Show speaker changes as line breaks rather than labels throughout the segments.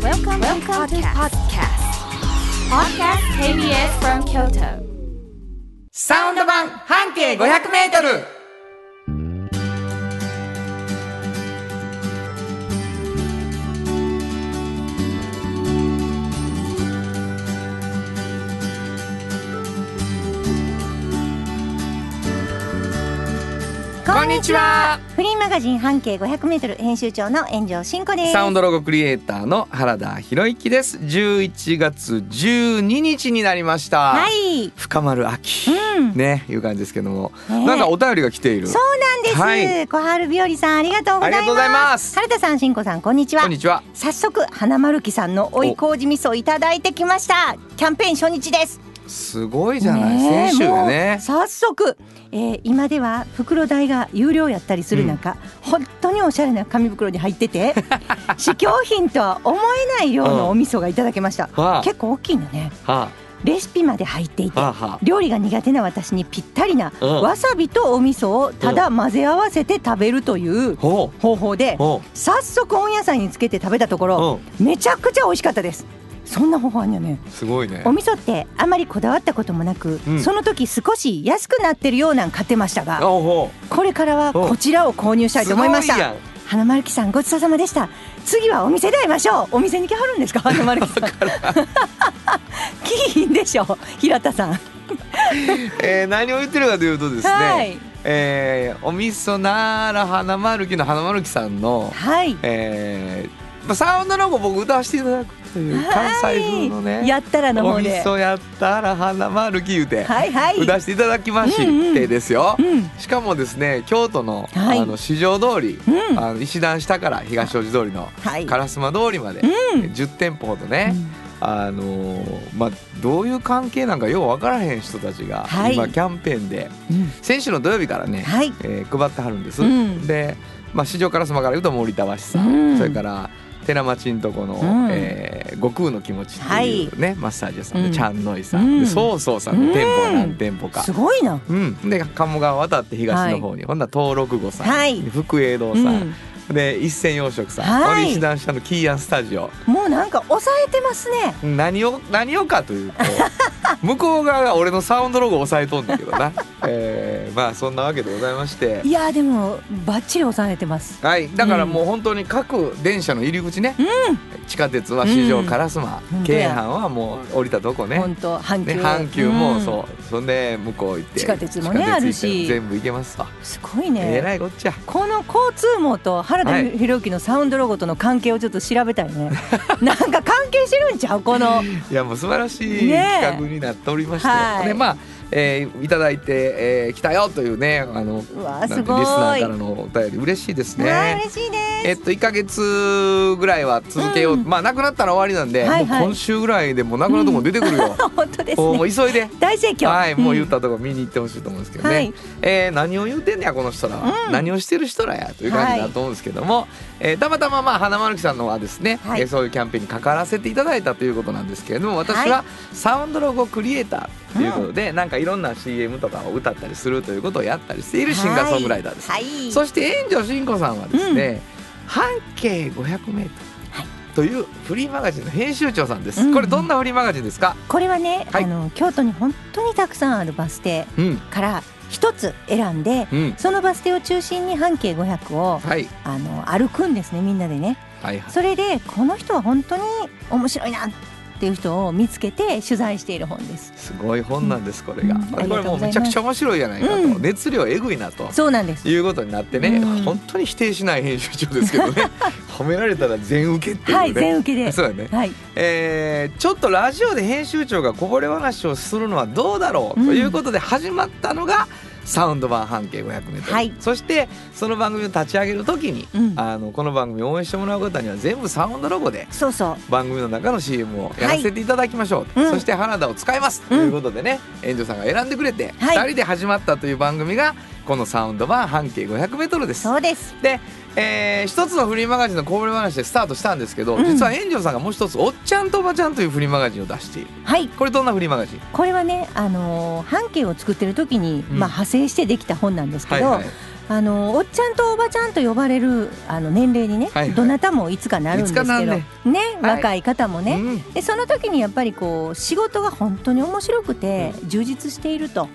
Welcome, Welcome to podcast. Podcast KBS from Kyoto.
サウンド版半径500メートル
こんにちは
フリーマガジン半径 500m 編集長の炎上真子です
サウンドロゴクリエイターの原田博之です11月12日になりました、
はい
深まる秋、
うん
ねいう感じですけども、
ねえ
なんかお便りが来ている
そうなんです、
はい
小春日和さんありがとうございます
ありがとうございます
春田さん真子さんこんにちは
こんにちは
早速花丸木さんのおい麹味噌をいただいてきましたキャンペーン初日です
すごいじゃない、
え
先週が
もう
ね
早速、えー今では袋代が有料やったりする中、本当におしゃれな紙袋に入って て試供品とは思えない量のお味噌がいただけました、
わあ
結構大きいのね
は
レシピまで入っていて
あ、はあ、は
料理が苦手な私にぴったりな、
うん
わさびとお味噌をただ混ぜ合わせて食べるという
あ、ほ
方法で
うほ
早速温野菜につけて食べたとこ
う
ろ
ほ
めちゃくちゃ美味しかったですそんな方法あんやね
うすごいね
お味噌ってあまりこだわったこともなく、
うん
その時少し安くなってるようなん買ってました
あ
が
ほう
これからは
お
こちらを購入したいと思いまし
すごい
た
やん
花丸木さんごちそうさまでした次はお店で会いましょうお店に来はるんです か花丸木さんきいんでしょ平田さん
えー、何を言ってるかというとですね、
はい
えーお味噌なら花丸木の花丸木さんの
はい
えーまあ、サウンドロゴ僕歌わせていただくという関西風のね、
はいやったらの
お
方
味
で
噌やったら花丸き言うて、
はいはい
歌わせていただきましてですよ、
うん
しかもですね京都の,、
はい
あの市場通り、
うん
あの石段下から東大路通りの
はい
烏丸通りまで、
うん
10店舗ほどね、
うん
あのーまあ、どういう関係なんかよう分からへん人たちが、
はい
今キャンペーンで
うん
先週の土曜日からね、
はい
えー配ってはるんです、
うん
で、まあ、市場からすまから言うと森田橋さん、
うん
それから寺町んとこの、
うん
えー悟空の気持ちっていうね、マッサージ屋さんで、
うん
ちゃんのいさん、
う
で
ん
そうそうさんの店舗が
う
何
ん
店舗か
す。ごいな
うん、で鴨川渡って東の方に、ほんなら東六郷さん、
はい
福栄堂
う
さん、
ん
で一銭洋食さん、
はい
オリジナル下のキーアンスタジオ
もうなんか抑えてますね
何を何をか というと向こう側が俺のサウンドロゴを押さえとんだけどな、えーまあそんなわけでございまして
いやでもバッチリ抑えてます
はい、だからもう本当に各電車の入り口ね、地下鉄は市場
うん
烏丸、
本当
京
や
阪はもう降りたとこね
本当阪
ね
急
阪急も
ん
そう、そんで向こう行って
地下鉄もね
地下
ある
行って
し
全部行けますわ、
すごい
え
ね
らいこっちゃ
この交通網と原
は
田
い
博之のサウンドロゴとの関係をちょっと調べたい ねなんか関係してるんちゃうこの
いやもう素晴らしい
ねえ
企画になっておりまして、
はい
でまあ、えーいただいて、えー来たよというねあの
うわ
なんて
すごい
リスナーからのお便り嬉しいですね。
はい嬉しい
え
で
っと1か月ぐらいは続けよう、
うん
まあなくなったら終わりなんで、
はいはい
もう今週ぐらいでもうなくなるとこ出てく るよ、
す本当です
おも
ね
う急いで。
大盛況
はい、もう言
ん
ったとこ見に行ってほしいと思うんですけどね、
はい
えー何を言うてんねやこの人らは、
うん
何をしてる人らやという感じだと思うんですけども、えーたまたままあ花丸木さんのはですね、
はい
えーそういうキャンペーンに関わらせていただいたということなんですけれども私はサウンドロゴクリエイターということで、なんかいろんな CM とかを歌ったりするということをやったりしているシンガーソングライターです。
はい
そして炎上真子さんはですね、半径 500m というフリーマガジンの編集長さんです、
うん
これどんなフリーマガジンですか、
これはね、
はい
あの京都に本当にたくさんあるバス停
うん
から一つ選んで
うん
そのバス停を中心に半径500を
はい、
あの歩くんですねみんなでね
はいはい
それでこの人は本当に面白いなっていう人を見つけて取材している本です
すごい本なんですこれが、
うん
こ
あ
れ
りがとう
もう
ございます
めちゃくちゃ面白いじゃないかと、
うん
熱量えぐいなと
そうなんです
いうことになってね、
うん
本当に否定しない編集長ですけど ね褒められたら全受けっていうね、
はい全受けで
そうだね、
はい
えーちょっとラジオで編集長がこぼれ話をするのはどうだろう、
うん
ということで始まったのがサウンド版半径 500m、
はい
そしてその番組を立ち上げる時に、
うん
あのこの番組を応援してもらう方には全部サウンドロゴで
そうそう
番組の中の CM をやらせていただきましょう、
はいうん
そして原田を使います、ということでね遠藤さんが選んでくれて、
はい
2人で始まったという番組がこのサウンド版半径 500m です。
そうです
で、えー一つのフリーマガジンのこぼれ話でスタートしたんですけど、
うん
実は炎上さんがもう一つ「おっちゃんとおばちゃん」というフリーマガジンを出している
はい
これどんなフリーマガジン
これはねあのー半径を作ってる時に、
うん
まあ派生してできた本なんですけど、
はいはい
あのおっちゃんとおばちゃんと呼ばれるあの年齢にね、
はいはい
どなたもいつかなるんですけ
いつかなん
ど
ね
ね
はい
若い方もね、
うん
でその時にやっぱりこう仕事が本当に面白くて充実していると。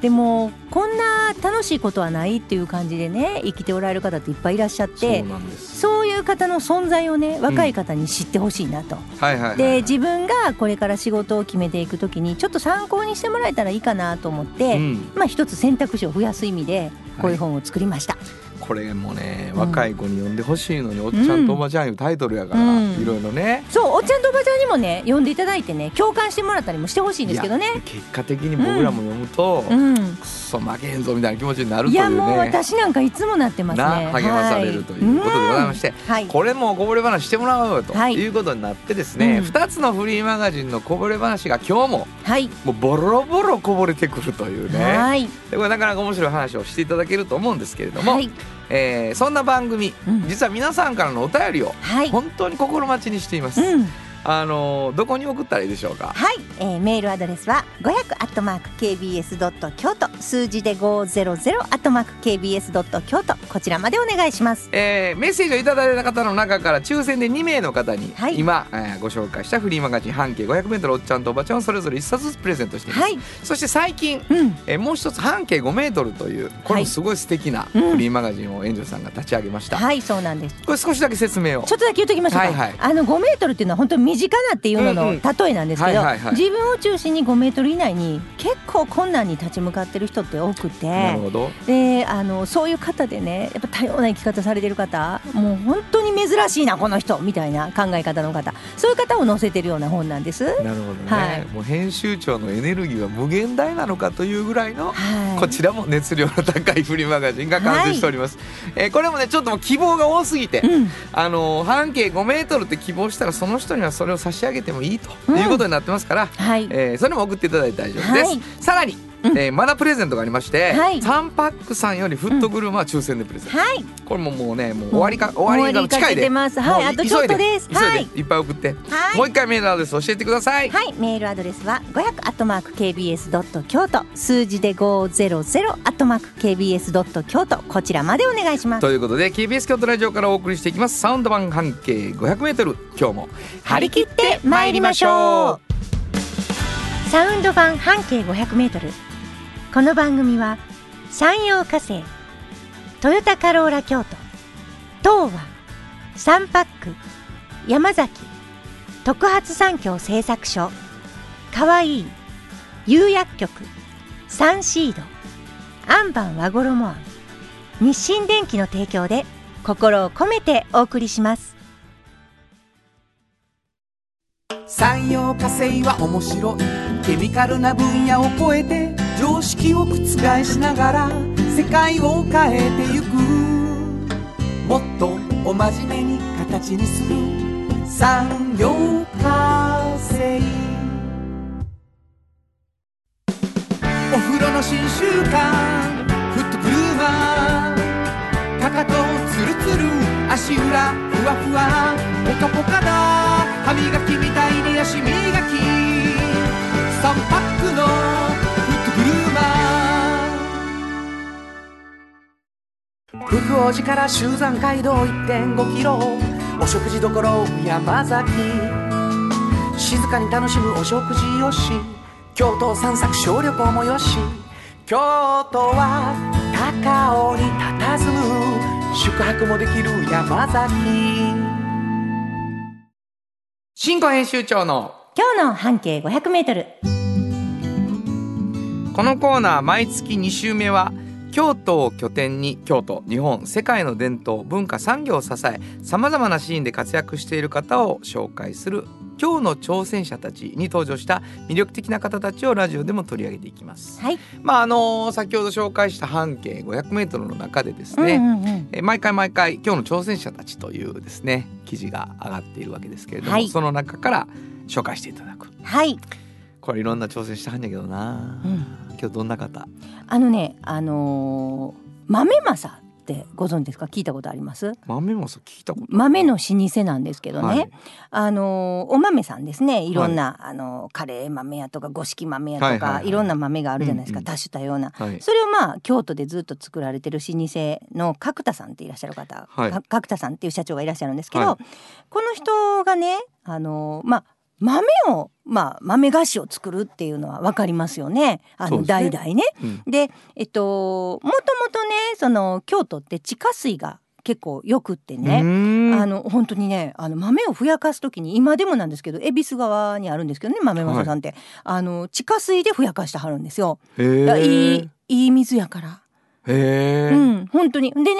でもこんな楽しいことはないっていう感じでね生きておられる方っていっぱいいらっしゃっ
そう
て
なんです
そういう方の存在をね若い方に知ってほしいなと、
はいはいはい
で自分がこれから仕事を決めていくときにちょっと参考にしてもらえたらいいかなと思って、
うん
まあ一つ選択肢を増やす意味でこういう本を作りました。
これもね
うん
若い子に読んでほしいのに、おっちゃんとおばちゃんいうタイトルやから、
うん
いろいろね
そうおっちゃんとおばちゃんにもね呼んでいただいてね共感してもらったりもしてほしいんですけどね
い。や結果的に僕らも読むと、
うん
くそ負けへんぞみたいな気持ちになる
い
という
や
ね
もう私なんかいつもなってますね。
な励まされるということでございまして、
はいうんはい
これもこぼれ話してもらおうよと
はい
いうことになってですね、
うん
2つのフリーマガジンのこぼれ話が今日も
はい、
もうボロボロこぼれてくるというね
はい
でこれなかなか面白い話をしていただけると思うんですけれども、
はい
えーそんな番組、
うん
実は皆さんからのお便りを
はい
本当に心待ちにしています、
うん
あのーどこに送ったらいいでしょうか
はい、えー、メールアドレスは5 0 0 kbs ドット京都数字で5 0 0 kbs ドット京都こちらまでお願いします。
えーメッセージをいただいた方の中から抽選で2名の方に、
はい
今、えーご紹介したフリーマガジン半径 500m おっちゃんとおばちゃんをそれぞれ1冊ずつプレゼントしています、
はい
そして最近、
うん
えーもう一つ半径 5m というこれもすごい素敵な
うん
フリーマガジンを園長さんが立ち上げました、
はいそうなんです。
これ少しだけ説明を
ちょっとだけ言っときましょうか、
はいはい
あの5メートルっていうのは本当に身近なっていうの
うん
の
うん
例えなんですけど、
はいはいはい
自分を中心に5メートル以内に結構困難に立ち向かってる人って多く
なる
て
ほど
であのそういう方でねやっぱ多様な生き方されてる方もう本当に珍しいなこの人みたいな考え方の方そういう方を載せてるような本なんです。
なるほどね、
はい
もう編集長のエネルギーは無限大なのかというぐらい
は
の、
い
こちらも熱量の高いフリーマガジンが完成しております、えーこれもねちょっともう希望が多すぎて、
うん
あのー半径5メートルって希望したらその人にはそれを差し上げてもいいと
うん
いうことになってますから、
はい
えーそれも送っていただいて大丈夫です、
はい
さらに、
うん
えーまだプレゼントがありまして、
はい
3パックさんよりフットグルーマは抽選でプレゼント、
はい
これももうねもう終わりか、終わりが
終わ
近
りかけ
い
て
で
ますはい
もう
あとちょっとです
急いで急いで
はい
いっぱい送って、
い
もう一回メールアドレス教えてください
はい、メールアドレスは500アットマーク kbs ドット京都、数字で500アットマーク kbs ドット京都こちらまでお願いします。
ということで KBS 京都ラジオからお送りしていきますサウンド版半径 500m 今日も張り切って参りましょう
う。サウンド版半径500メートル。この番組は山陽火星、トヨタカローラ京都、東和、サンパック、山崎、特発産業製作所、かわいい、釉薬局、サンシード、アンバン和衣庵、日清電機の提供で心を込めてお送りします。
産業化成は面白いケミカルな分野を超えて常識を覆しながら世界を変えてゆくもっとお真面目に形にする産業化成お風呂の新習慣フットグルーマーかかとツルツル足裏ふわふわポカポカだ歯磨きみたいに足磨き3パックのフットグルーマー福王寺から集山街道1.5キロお食事どころ山崎静かに楽しむお食事よし京都を散策小旅行もよし京都は高尾に佇む宿泊もできる山崎
新庫編集長の
今日の半径500メートル。
このコーナー毎月2週目は京都を拠点に京都日本世界の伝統文化産業を支えさまざまなシーンで活躍している方を紹介する今日の挑戦者たちに登場した魅力的な方たちをラジオでも取り上げていきます。
はい。
まああの先ほど紹介した半径 500m の中でですね、
うんうんうん
えー毎回毎回今日の挑戦者たちというですね記事が上がっているわけですけれども、
はい
その中から紹介していただく
はい。
これいろんな挑戦したんだけどな、
うん
今日どんな方
あのね、あのー豆正っってご存知ですか聞いたことあります
豆もさ聞いたこと
豆の老舗なんですけどね、
はい
あのお豆さんですねいろんな、あのカレー豆やとか五色豆やとか、
はいいはいはい
ろんな豆があるじゃないですか、
うんうん
多種多様な、
はい
それをまあ京都でずっと作られてる老舗の角田さんっていらっしゃる方、
はい
か角田さんっていう社長がいらっしゃるんですけど、
は
この人がねあのまあ豆を、まあ、豆菓子を作るっていうのは分かりますよねあ
そう
の
ですね
代々ね。
うん
で、えっと、もともとねその京都って地下水が結構よくって
う
ね、
ーん
あの本当にねあの豆をふやかす時に今でもなんですけど恵比寿川にあるんですけどね豆まささんって、あの地下水でふやかしてはるんですよ。
へ
だからい
ー
いいい水やから。
へえ、
うん、本当にでね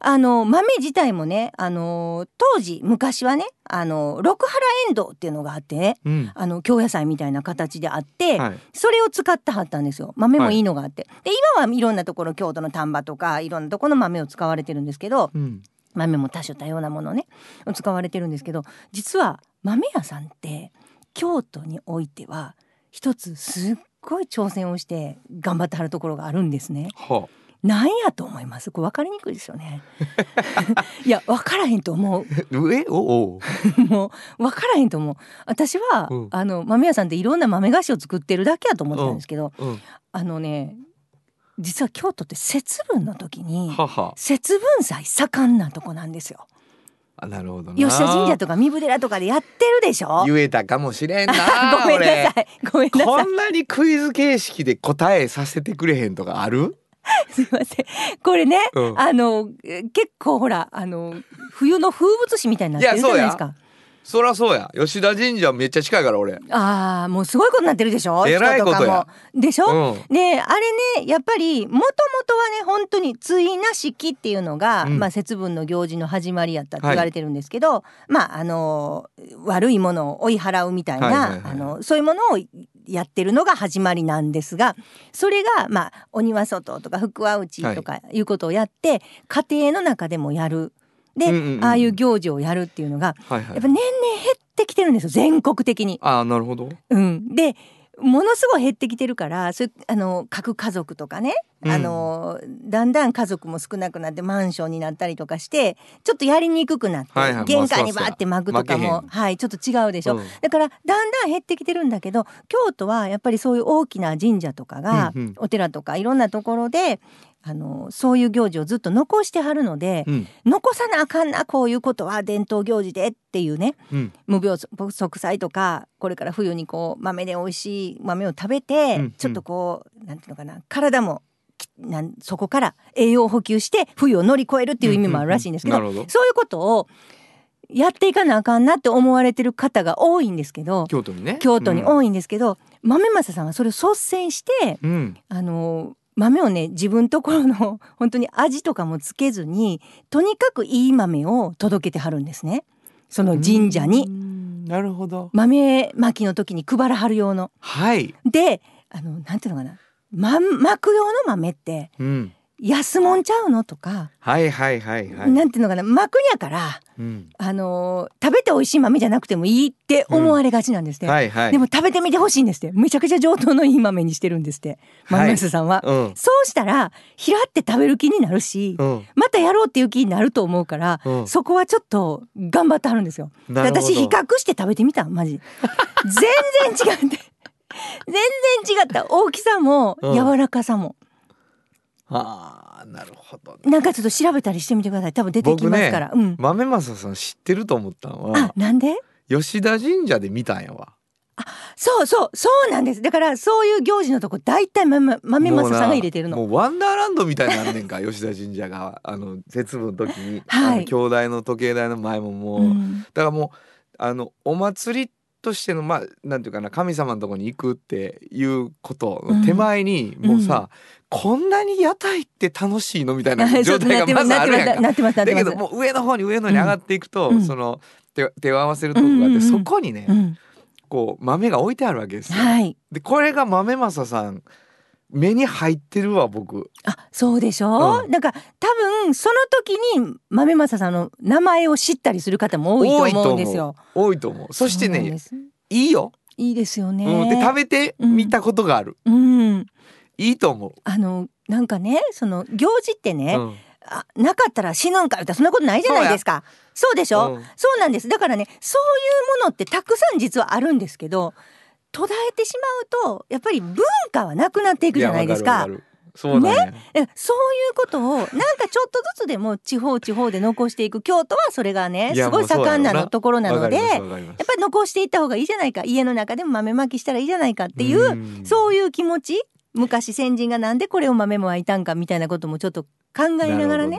あの豆自体もねあの当時昔はねあの六原エンドウっていうのがあってね
うん
あの京野菜みたいな形であって、
はい
それを使ってはったんですよ豆も
はい
いいのがあって、で今はいろんなところ京都の丹波とかいろんなところの豆を使われてるんですけど
うん
豆も多種多様なものねを使われてるんですけど実は豆屋さんって京都においては一つすっごい挑戦をして頑張ってはるところがあるんですね。
は
なんやと思いますこれ分かりにくいですよね。いや分からへんと思う
あ、えおお
もう分からへんと思う私は、
うん
あの豆屋さんっていろんな豆菓子を作ってるだけやと思ってたんですけど、
う、うん、
あのね実は京都って節分の時に
はは
節分祭盛んなとこなんですよ
あなるほどな
吉田神社とか三部寺とかでやってるでしょ
言えたかもしれんな
ごめんなさいごめんなさ
俺こ
い
んなにクイズ形式で答えさせてくれへんとかある、
すいませんこれね
うん、
あのえ結構ほらあの冬の風物詩みたいになってるじゃないですか
そらそうや吉田神社めっちゃ近いから俺
ああもうすごいことになってるでしょ
えらいこと
人
や
かもでしょ、
うん
であれねやっぱりもともとはね本当に対な式っていうのが、
うん
まあ、節分の行事の始まりやったって言われてるんですけど、まああの悪いものを追い払うみたいな、
はいはいはい
あのそういうものをやってるのが始まりなんですがそれが、まあ、鬼は外とか福は内とかいうことをやって、家庭の中でもやる。で、
うんうんうん
ああいう行事をやるっていうのが
はいは
やっ
い
ぱ年々減ってきてるんですよ全国的に。
ああなるほど
うん、でものすごい減ってきてるからそういうあの各家族とかね、
うん
あのだんだん家族も少なくなってマンションになったりとかしてちょっとやりにくくなって、
はいはい
玄関
まあ
にバ
そうそう
ーって巻くとか
巻
も
けへん、
はい、ちょっと違うでしょ、
うん
だからだんだん減ってきてるんだけど京都はやっぱりそういう大きな神社とかが、
うんうん
お寺とかいろんなところであのそういう行事をずっと残してはるので、
うん
残さなあかんなこういうことは伝統行事でっていうね
うん
無病息災とかこれから冬にこう豆で美味しい豆を食べて、
うんうん
ちょっとこうなんていうのかな体もきなんそこから栄養補給して冬を乗り越えるっていう意味もあるらしいんですけど,、
うんうんうんなるほど
そういうことをやっていかなあかんなって思われてる方が多いんですけど
京都にね
京都に多
い
いんですけど、豆正さんはそれを率先して
うん、うん
あの豆をね自分ところの本当に味とかもつけずにとにかくいい豆を届けてはるんですねその神社に
う。んなるほど
豆まきの時に配らはる用の。
はい
であのなんていうのかな、ま、巻く用の豆って
うん
安もんちゃうのとか、
はいはいはいはい
なんていうのかな巻くんやから、
うん
あのー食べて美味しい豆じゃなくてもいいって思われがちなんですね。
はいはい
でも食べてみてほしいんですってめちゃくちゃ上等のいい豆にしてるんですって
はい
豆スさんは、
うん
そうしたらひらって食べる気になるし、
うん
またやろうっていう気になると思うから、
うん
そこはちょっと頑張ってはるんですよ。
なるほど
私比較して食べてみたマジ全然違って全然違った大きさも
うん
柔らかさも、
ああなるほどね
なんかちょっと調べたりしてみてください多分出てきますから、
僕ね
うん、
豆正さん知ってると思ったの
あ
は
なんで
吉田神社で見たんやわ
そうそうそうなんですだからそういう行事のとこ大体豆豆
もう
マ
な
さんが入れてるの
もうワンダーランドみたいになんねんか 吉田神社があの節分の時に、
はい
あの兄弟の時計台の前ももう、
うん
だからもうあのお祭りとしてのまあなんていうかな神様のとこに行くっていうことの手前に、
うん
もうさ、こんなに屋台って楽しいのみた いな
ちょ
状
っと
態
なっ
が
てま
ますず
な
あ
ってま
るやん
す
か。
なってますなっ
だ
てま
け
す
どもう上の方に上の方に上がっていくと、
うん
その手手を合わせるとこがあ
う
っ
んうんう
て
ん
そこにね、
うん
こう豆が置いてあるわけですよ。
はい
でこれが豆正さん目に入ってるわ僕。
あそうでしょ、
う
なんか多分その時に豆正さんの名前を知ったりする方も多いと思うんですよ。
多いと思う。そして
うなんで
ね
す
いいよ、
いいですよね。
うん、で食べてみたことがある、
うん、
いいと思う。
あのなんかねその行事ってね、
うん
あなかったら死ぬんかってそんなことないじゃないですかそうでしょ、
うん
そうなんですだからねそういうものってたくさん実はあるんですけど途絶えてしまうとやっぱり文化はなくなっていくじゃないです
やわ
か
るわるそうだね
えそういうことをなんかちょっとずつでも地方地方で残していく京都はそれがね
いや
すごい盛んな
もうそうやろう
の
な
ところなので
わ
や
かり
っ
ますわかります
ぱり残していった方がいいじゃないか家の中でも豆まきしたらいいじゃないかっていうう
うん
そういう気持ち昔先人がなんでこれを豆もあいたんかみたいなこともちょっと考えながらね
るほどる
なん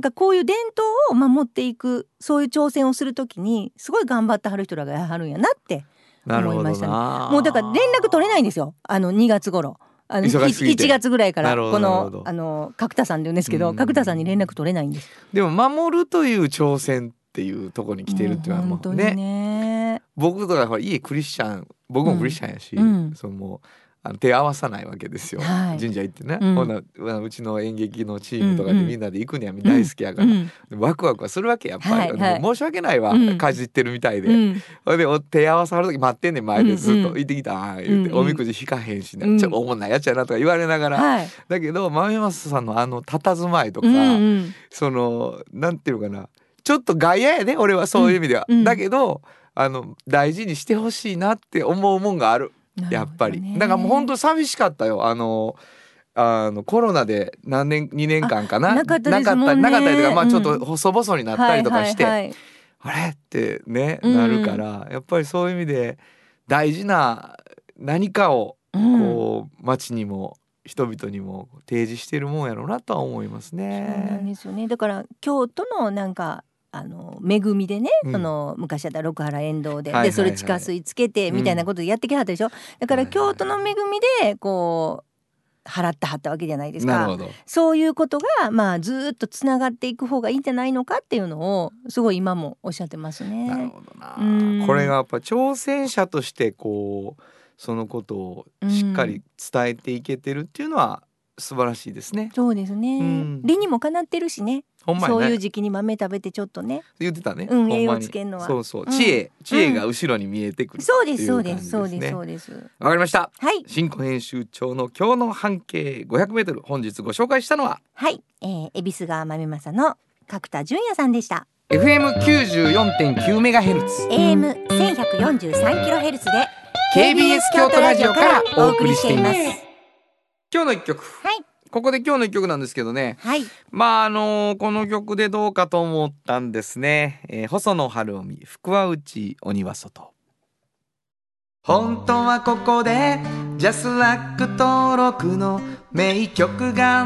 かこういう伝統を守っていくそういう挑戦をするときにすごい頑張ってはる人らがやはるんやなって
ほどなるほ
思い
ど
ましたね
な
もうだから連絡取れないんですよあの2月頃あの
忙しすぎて
1月ぐらいから
なるほど
こ
なるほ
の
ど
あの角田さんで言うんですけ
う
ど
ん
角田さんに連絡取れないんです。
でも守るという挑戦っていうところに来てるっていうのは
もう
もう
本当
ね
にね
僕とかほら家クリスチャン僕もクリスチャンやし、
うんうん
そのもうあの手合わさないわけですよ、
はい
神社行ってね、
うん
ほなうちの演劇のチームとかで
うんうん
みんなで行くには大好きやから、
うん
ワクワクはするわけやっぱり、
はいはい
もう申し訳ないわ、
うん
かじってるみたいで、
うん
ほいでお手合わさはる時待ってんねん前でずっ
う
と
んうん
行ってきたあー言って、
うんうん
おみくじ引かへんしね、
うん
ちょっとおもんないやっちゃなとか言われながら、
はい
だけど豆マスさんのあの佇まいとか、
うんうん
そのなんていうのかなちょっと外野やね俺はそういう意味では、
うんうん
だけどあの大事にしてほしいなって思うもんがあるやっぱりだからもう本当寂しかったよあのあのコロナで何年2年間かな
あなかったですもんね
なかったりとかまあ
うん
ちょっと細々になったりとかして、
はいはいはい
あれってね
うん
なるから、やっぱりそういう意味で大事な何かを
うん
こう、街にも人々にも提示してるもんやろうなとは思います
そうなん
ね。
ですよね。だから京都のなんかあの恵みでね、
うん
その昔やったら六原遠藤で、
はいはいはい
でそれ地下水つけてみたいなことやってきはったでしょ。だから京都の恵みでこう払ってはったわけじゃないです
なるほ
か。
ど
そういうことがまあずーっとつながっていく方がいいんじゃないのかっていうのをすごい今もおっしゃってます
なる
ね。
ほど
うん
な。これがやっぱ挑戦者としてこうそのことをしっかり伝えていけてるっていうのは素晴らしいですね。
そうですね、
うん
理にもかなってるしね
ほんま
そうい
に
う
ね
時期に豆食べてちょっとね
言ってたね。
うん
ほ
栄
んま
養
に
つけんのは
そうそう
うん
知恵知恵が後ろに見えてくる。
そうですそうで
ってい
すそう
う感じ
で
ですすね
そうです
わかりました。
はい
新庫編集長の今日の半径500メートル本日ご紹介したのは
はい、えー、恵比寿川豆正の角田純也さんでした
FM 94.9メガヘルツ
AM 1143キロヘルツで
KBS 京都ラジオからお送りしています
は
今日の一曲
い
ここで今日の一曲なんですけどね
はい
まああのこの曲でどうかと思ったんですね、えー細野晴臣福は内鬼は外本当はここでジャスラック登録の名曲が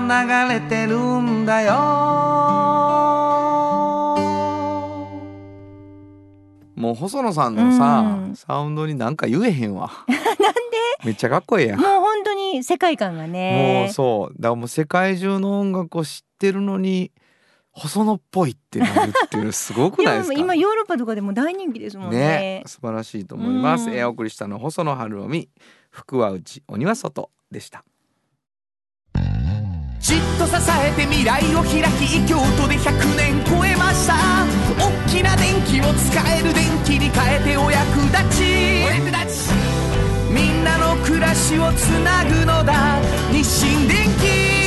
流れてるんだよもう細野さんのさ、
うん
サウンドになんか言えへんわ なんでめっちゃかっこええやん
もう本当に世界観が
も
ね
うそうだからもう世界中の音楽を知ってるのに細野っぽいってなるっていうのすごくない
や
ですか
今ヨーロッパとかでも大人気ですもんね
ね素晴らしいと思います、
うん
えーお送りしたのは細野晴臣福は内鬼は外でした
じっと支えて未来を開き京都で100年超えました大きな電気を使える電気に変えてお役立ちお役立ちみんなの暮らしをつなぐのだ日清電気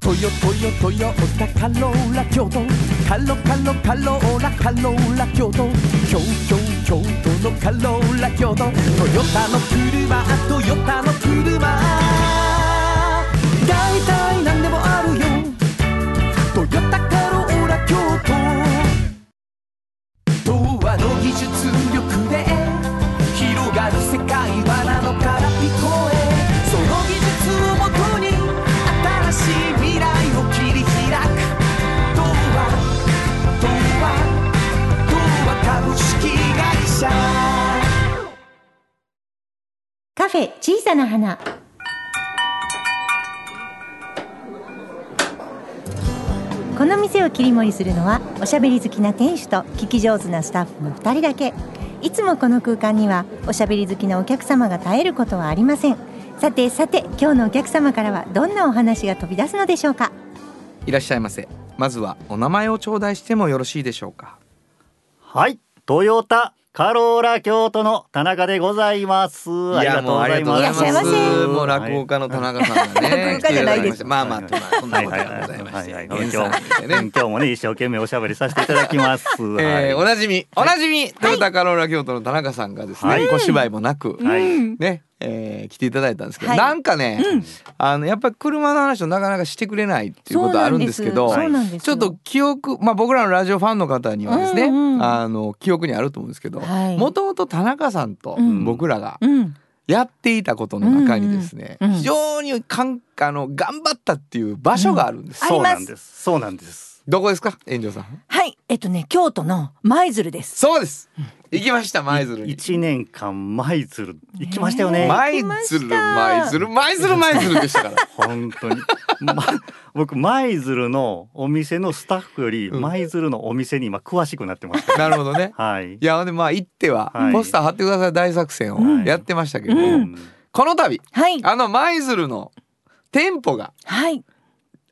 トヨトヨトヨタカローラ京都カロカロカローラカローラ京都京京京都のカローラ京都トヨタの車トヨタの車だいたいなんでもあるよトヨタカローラ京都童話の技術力で広がる世界はなのから聞こえその技術をもとに新しい未来を切り開く童話童話童話株式会社
カフェ小さな花この店を切り盛りするのはおしゃべり好きな店主と聞き上手なスタッフの2人だけいつもこの空間にはおしゃべり好きなお客様が絶えることはありませんさてさて今日のお客様からはどんなお話が飛び出すのでしょうか
いらっしゃいませまずはお名前を頂戴してもよろしいでしょうか
はい、トヨタカローラ京都の田中でございます。ありがとうございます。
いやもうありがとうございますいらっしゃいませ
もう落語家の田中さんがね、
落語家じゃないです
まあまあ、まあ、そんなことがございま
は
し
い
て、
はい
原
今日
産地でね
今日もね一生懸命おしゃべりさせていただきます。は
え
い
ー、おなじみ、おなじみ、トヨタカローラ京都の田中さんがですね、
はい
小芝居もなく、
はい
ね、えー、来ていただいたんですけど、
はい
なんかね、あのやっぱり車の話をなかなかしてくれないっていうことはあるんですけど、
そうなんです
ちょっと記憶、まあ、僕らのラジオファンの方にはですね、
うんうん
あの記憶にあると思うんですけど
はい
もともと田中さんと
うん
僕らが
うん
やっていたことの中にですね、
うんうんうん
非常にかんあの頑張ったっていう場所があるんです、
そうなんです。そうなんです。
どこですか炎上さん
はいえっとね京都の舞鶴です
そうです行きました舞鶴に
一年間舞鶴行きましたよね。
舞鶴舞鶴舞鶴舞鶴でしたから
本当に、ま、僕舞鶴のお店のスタッフより
うん
舞鶴のお店に今詳しくなってますから、
なるほどね
はい
い。やほんでまあ行っては、
はい
ポスター貼ってください大作戦
う
を
ん
やってましたけど、
うん
この度
はい
あの舞鶴の店舗が
はい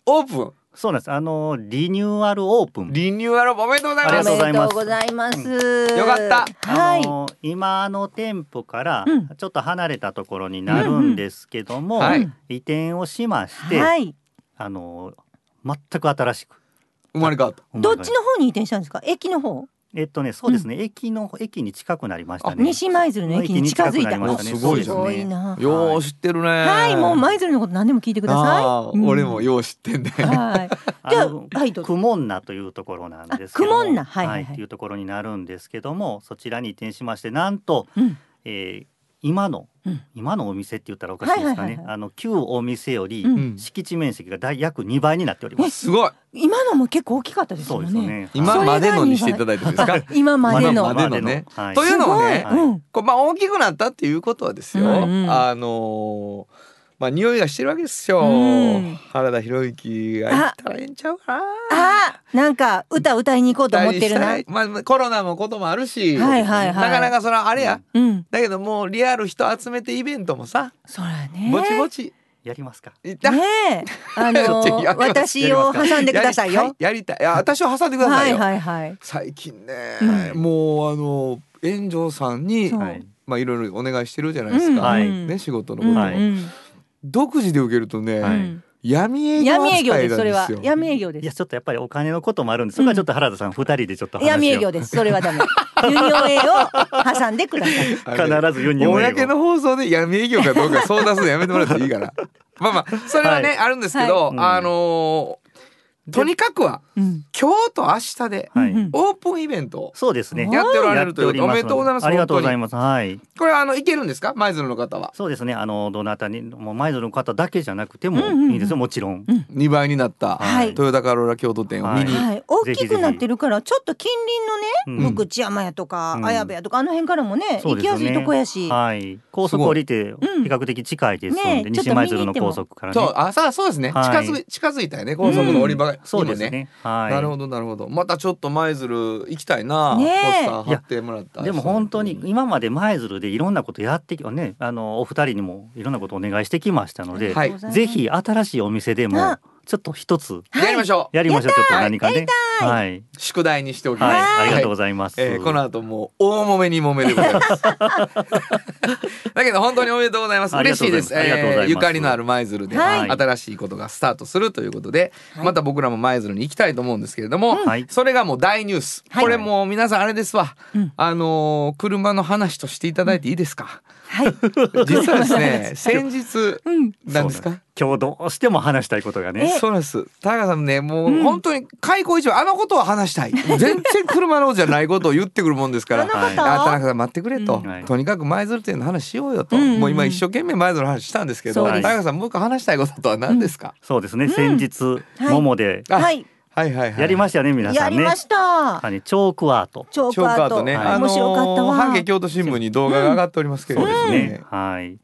オープン
そうなんです。あのリニューアルオープン。
リニューアルおめでとうござい
あり
ま
が
す
とうございます
おめでとうございます、
よかった
はい
あの今の店舗から
うん
ちょっと離れたところになるんですけども、
うんうんはい
移転をしまして、
はい
あの全く新しく
生まれ変わった
どっちの方に移転したんですか駅の方
えっとねそうですね、駅の駅に近くなりまし
あ
たね
西舞鶴の駅に近づいた
駅に近くなりましたね
おすごいじゃん
すごいな
よう知ってるね
はいもう舞鶴のこと何でも聞いてくだ
あ
さ
ー
い、うん
俺 もよう知ってんね、
はいじゃ
あ
あ
の
はいどうぞ
クモンナというところなんですけど
あクモンナはいはいはい
っていうところになるんですけどもそちらに移転しましてなんと、
うん
えー今の、
うん
今のお店って言ったらおかしいですかね、
はいはいはいはい
あの旧お店より
うん
うん
敷地面積がだい約2倍になっております。
すごい
今のも結構大きかったですも
そうんで
ね
すよね。
今までのにしていただいて もいいですか
今までの
まだまでのね
はい
というのもね
すごいうん
こうまあ大きくなったっていうことはですよ、
うんうん
あのーまあ匂いがしてるわけですよ、
うん
原田博之が行ったらええんちゃうかな
あなんか歌歌いに行こうと思ってるな
期待したいまあ、コロナのこともあるし、
はいはいはい
なかなかそれはあれや、
うん
うん
だけどもうリアル人集めてイベントもさ、
そらね
ぼちぼち
やりますか。
いった、
ねえ あの
ちょっとやります
私を挟んでください
やり
よ
はやりたいいや私を挟んでくださ
はい
よ、
いはいはい
最近ね、
うん
もうあの炎上さんに
そう
はい。
まあいろいろお願いしてるじゃないですか、
うんはい
ね仕事の
う
こと
ん
も、
はい
うん
独自で受けるとね、
はい
うん
闇営業
闇営業
扱い
で
な
す
ん
それ
で
は
すよ。
闇営業で
いや
す
ちょっとやっぱりお金のこともあるんです。そこはちょっと原田さん二人でちょっと話を
闇営業ですそれはダ メユニオン A を挟んでください
あれ
必ずユニオン営業
公の放送で闇営業かどうか相談するのやめてもらっていいから まあまあそれはね、
はい
あるんですけど、
はい
あのーとにかくは
うん
今日と明日で
は
うんう
い
ん。
オープンイベント
そうですね。
やっておられるということで
やって
おめでとうございます
ありがとうございます。はい。
これはあの行けるんですか舞鶴の方は
そうですね。あのどなたにもう舞鶴の方だけじゃなくても
うんうんうん
いいですよ。もちろん。
2倍になった、
はい
トヨタカローラ京都店を見に、
はい、大きくなってるからちょっと近
う
隣
ん
のね福知山やとか
うん
綾部やとかあの辺からもね
そ
行
うで
き
すよ
や
ね
すいとこやし
はい。高速降りて
うん
比較的近いですの
ね
で、
えちょっ
西
と見
舞
に行
鶴
っ
の
ても
高速からね
そう。あさあそうですね、
はい
近づ近づいたよね高速の降り場にもね,、
そうですね。はい。
なるほどなるほどまたちょっと舞鶴行きたいな、
ねえ
ポスター貼ってもらった
でも本当に今まで舞鶴でいろんなことやってきねあのお二人にもいろんなことお願いしてきましたので、
はい
ぜひ新しいお店でも
あ
ちょっと一つ
やりましょう
やりましょうちょっと何かねはい
宿題にしておきます、
はいありがとうございます、
えーこの後もう大揉めに揉めでございます。だけど本当におめでとうございます。
あり
嬉
がと
しい
うござい
です。
ますありがとうございます
ゆかりのある舞鶴で
はい
新しいことがスタートするということで、
はい
また僕らも舞鶴に行きたいと思うんですけれども、
はい
それがもう大ニュース。
い
これもう皆さんあれですわ。
うん
あのー車の話としていただいていいですか。
はい、
実はですね、先日
うん、
なんですか。
今日どうしても話したいことがね
そうなんです。田中さんね、もううん本当に開口一番あのことは 話したい。全然車のことじゃないことを言ってくるもんですから。
あのこ
はい
と、
あ田中さん待ってくれと、
うんはい
とにかく舞鶴店の話しようよと、
うんうんうん
もう今一生懸命舞鶴の話したんですけど
そう
で
田
す
中さん僕が話したいこととは何ですか、
そうですね、先日
はい
モモで
あ
はい、
はいはいはい
やりましたよね、皆
や
さん
り
ね
ました、
はいチョークアート
チョー
チョ
ク
ー
ア
ク
ー
アー
ト
トね、
はい
あの
面白かったわ
半径京都新聞に動画が上がっておりますけれ
そ
ど
う
も、
ですね、はい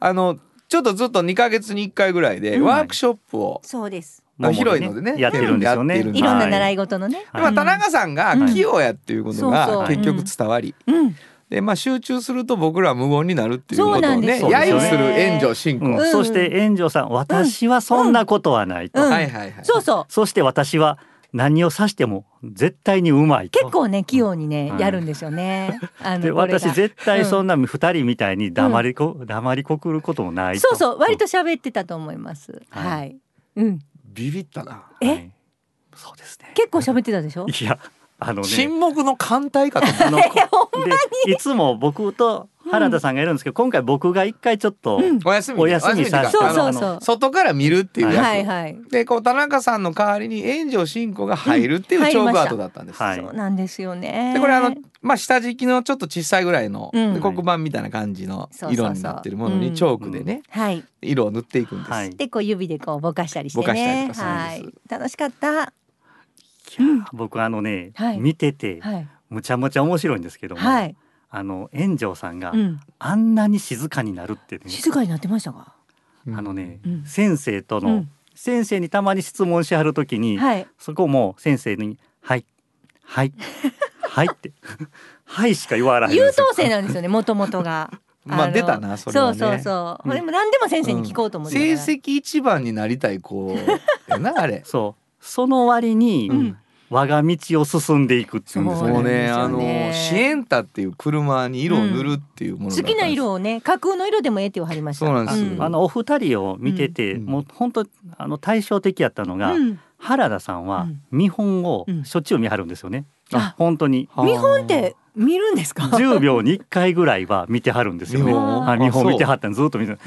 あのちょっとずっと2ヶ月に1回ぐらいで
うん
ワークショップを、
そうです
あ
モモ
広いのでね
やってるんですよ
や
ね
ってる
いろんな習
はい
事のね、
はい
まあ、田中さんが
うん
器用やっていうこと
そう
が
そう
結局伝わり、
うん、
でまあ集中すると僕らは無言になるっていうことを
そうなん
ね
ですよ
ね
揶揄する炎上進行、
うん
はい
ん
そして炎上さん私はそんなことはないと、
うん
はいはい
そうそう
そして私は何を指しても絶対にうまいと
結構ね器用にね、
はい
やるんですよ ね。あ
で
のこれが
私絶対そんな2人みたいに黙りこ、黙りこくることもないと
そうそう割と喋ってたと思います。
はい
はい。うん
ビビったな
え
はいそうですね
結構喋ってたでしょ。
いやあのね
沈黙の艦隊かと思った
あのでいつも僕と原田さんがいるんですけど、今回僕が一回ちょっと、
お休み
お休みさせて
そうそう
あ
そう
の外から見るっていうやつ、
はいはい。
でこう田中さんの代わりに炎上進行が入るっていう
うん
チョークアー
入りまし
ト
た
だったんです、
はい
そうなんですよね。
でこれあの、まあ、下敷きのちょっと小さいぐらいの、
うん
で黒板みたいな感じの
そうそうそう
色になってるもの
うん
にチョークでね、
はい。
色を塗っていくんです、
はい、
でこう指でこうぼかしたりしてね。
ぼかしたりとかするんです
はい。楽しかった。
僕あのね、
はい
見てて
はい
むちゃむちゃ面白いんですけども、
はい。
あの炎上さんが
うん。
あんなに静かになるってね、
静かになってましたか。
うん
あのね、
うん
先生との、
うん
先生にたまに質問しはるときに、
はい。
そこも先生に「はいはいはい」って 「はい」しか言わないん
優
ですよ
等生なんですよね。もともとが。
まあ
の
出たなそれ
そ
は
う
ね
そうそう。でも何でも先生に聞こうと思ってたから。
成績一番になりたい子やなあれ
そうその割に、
うん
我が道を進んでいくっていうんです
そう
も
な
うん
ですよね
ね。
ねあのシエンタっていう車に色を塗るっていうものだっ
好
たんで
き
す
な色をね架空の色でもええって言わはりました
そうなんですよ
あのお二人を見てて、
うん
もう本当あの対照的やったのが、
うん
原田さんは
うん
見本を
うん
しょっちゅう見張るんですよね。
あ
本当に
はあ
見本って見るんですか
10秒に1回ぐらいは見てはるんですよね。
見
本
はい見本
あ
見てはったんずっと見てる。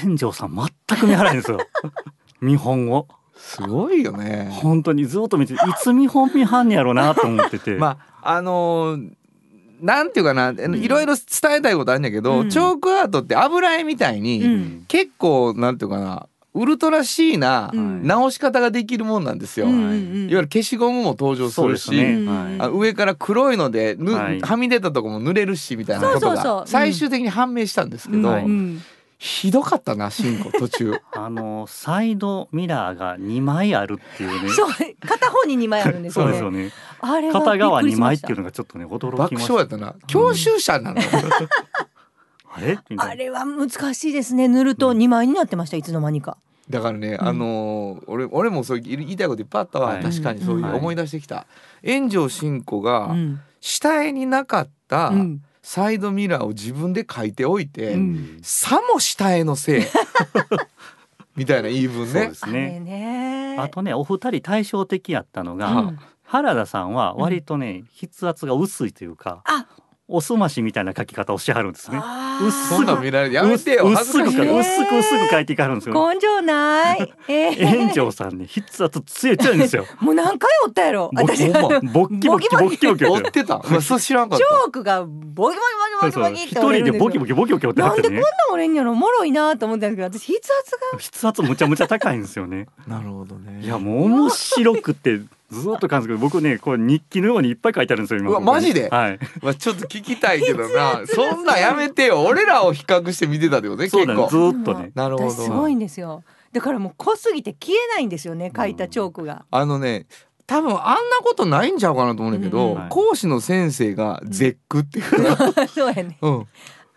炎上さん全く見張らないんですよ。 見本を
すごいよね
本当にずっと見ていつ見本見はんねやろうなと思ってて。
まああのーなんていうかな、いろいろ伝えたいことあるんだけど、
うん
チョークアートって油絵みたいに、
うん
結構なんていうかなウルトラシーな
うん
直し方ができるもんなんですよ、
うん
いわ
うん
ゆる消しゴムも登場す
そう
る
で
し
すね。
うん
は
あ上から黒いのでぬ、
はい
はみ出たとこも濡れるしみたいなこと
そうそうそうう
が
ん
最終的に判明したんですけど、
はいう
ひどかったな進行途中
い。あのサイドミラーが2枚あるっていうね。
そう片方に2枚あるんです
そう
よ
ですよ
ね
ね。
あれは
片側
びっくり
2
しま
枚っ
して
いう
た
のがちょっとね驚き
爆
まし
笑や
た
っ。たな教習者 なの、
あれみた
あ
いな。
れは難しいですね塗ると2枚になってましたいつの間にか
だからね、あのー俺俺もそう言いたいこといっぱいあったわ、
はい
確かにそういう、
はい
思い出してきた炎上進行が、
うん
下絵になかった
うん
サイドミラーを自分で描いておいて、
うん
さも下絵のせい みたいな言い分
そう
ね
で。す
あ
ね
れ。ね
あとねお二人対照的やったのが、
うん
原田さんは割とね、筆圧が薄いというか
あ
おすましみたいな書き方をしてはるんですね。
あ
うっ
ー
そんなん見られるやめてよ
うっ
恥
薄
ず
く
かしい
薄く
ね
薄く薄く書いていかはるんですよ。
根性ない えー
炎上さんね筆圧強い強いんですよ。
もう何回おったやろ
僕
私あ
ほん
の
ま
ボッキボキボッキボキ
追
ボ
っ
キ。
てた。まあ、そう知らんかっ
チ
た。
ョークがボキボキボ
そう
キ
そ
ボキボ
う
キっ
一
て折れるん
人で
ですよ
ボキボキボキボキ折って
な
は
んで
って
こん
ね
な。折れんやろおもろいなと思ったんですけど私筆圧が
筆圧むちゃむちゃ高いんですよね。
なるほどね
いやもう面白くてずっと感じる僕ねこう日記のようにいっぱい書いてあるんですよ今。
うわマジで
はい。
まあ、ちょっと聞きたいけ どな。そんなんやめてよ。俺らを比較して見てたってことね。
そう
結
なんですず
構。
っとね。
なるほ
私すご
ど。
いんですよだからもう濃すぎて消えないんですよね書いたチョークが、
あのね。多分あんなことないんちゃうかなと思うんだけど、
うんうん
講師の先生が絶句っていうのが、
そうやね
うん、っ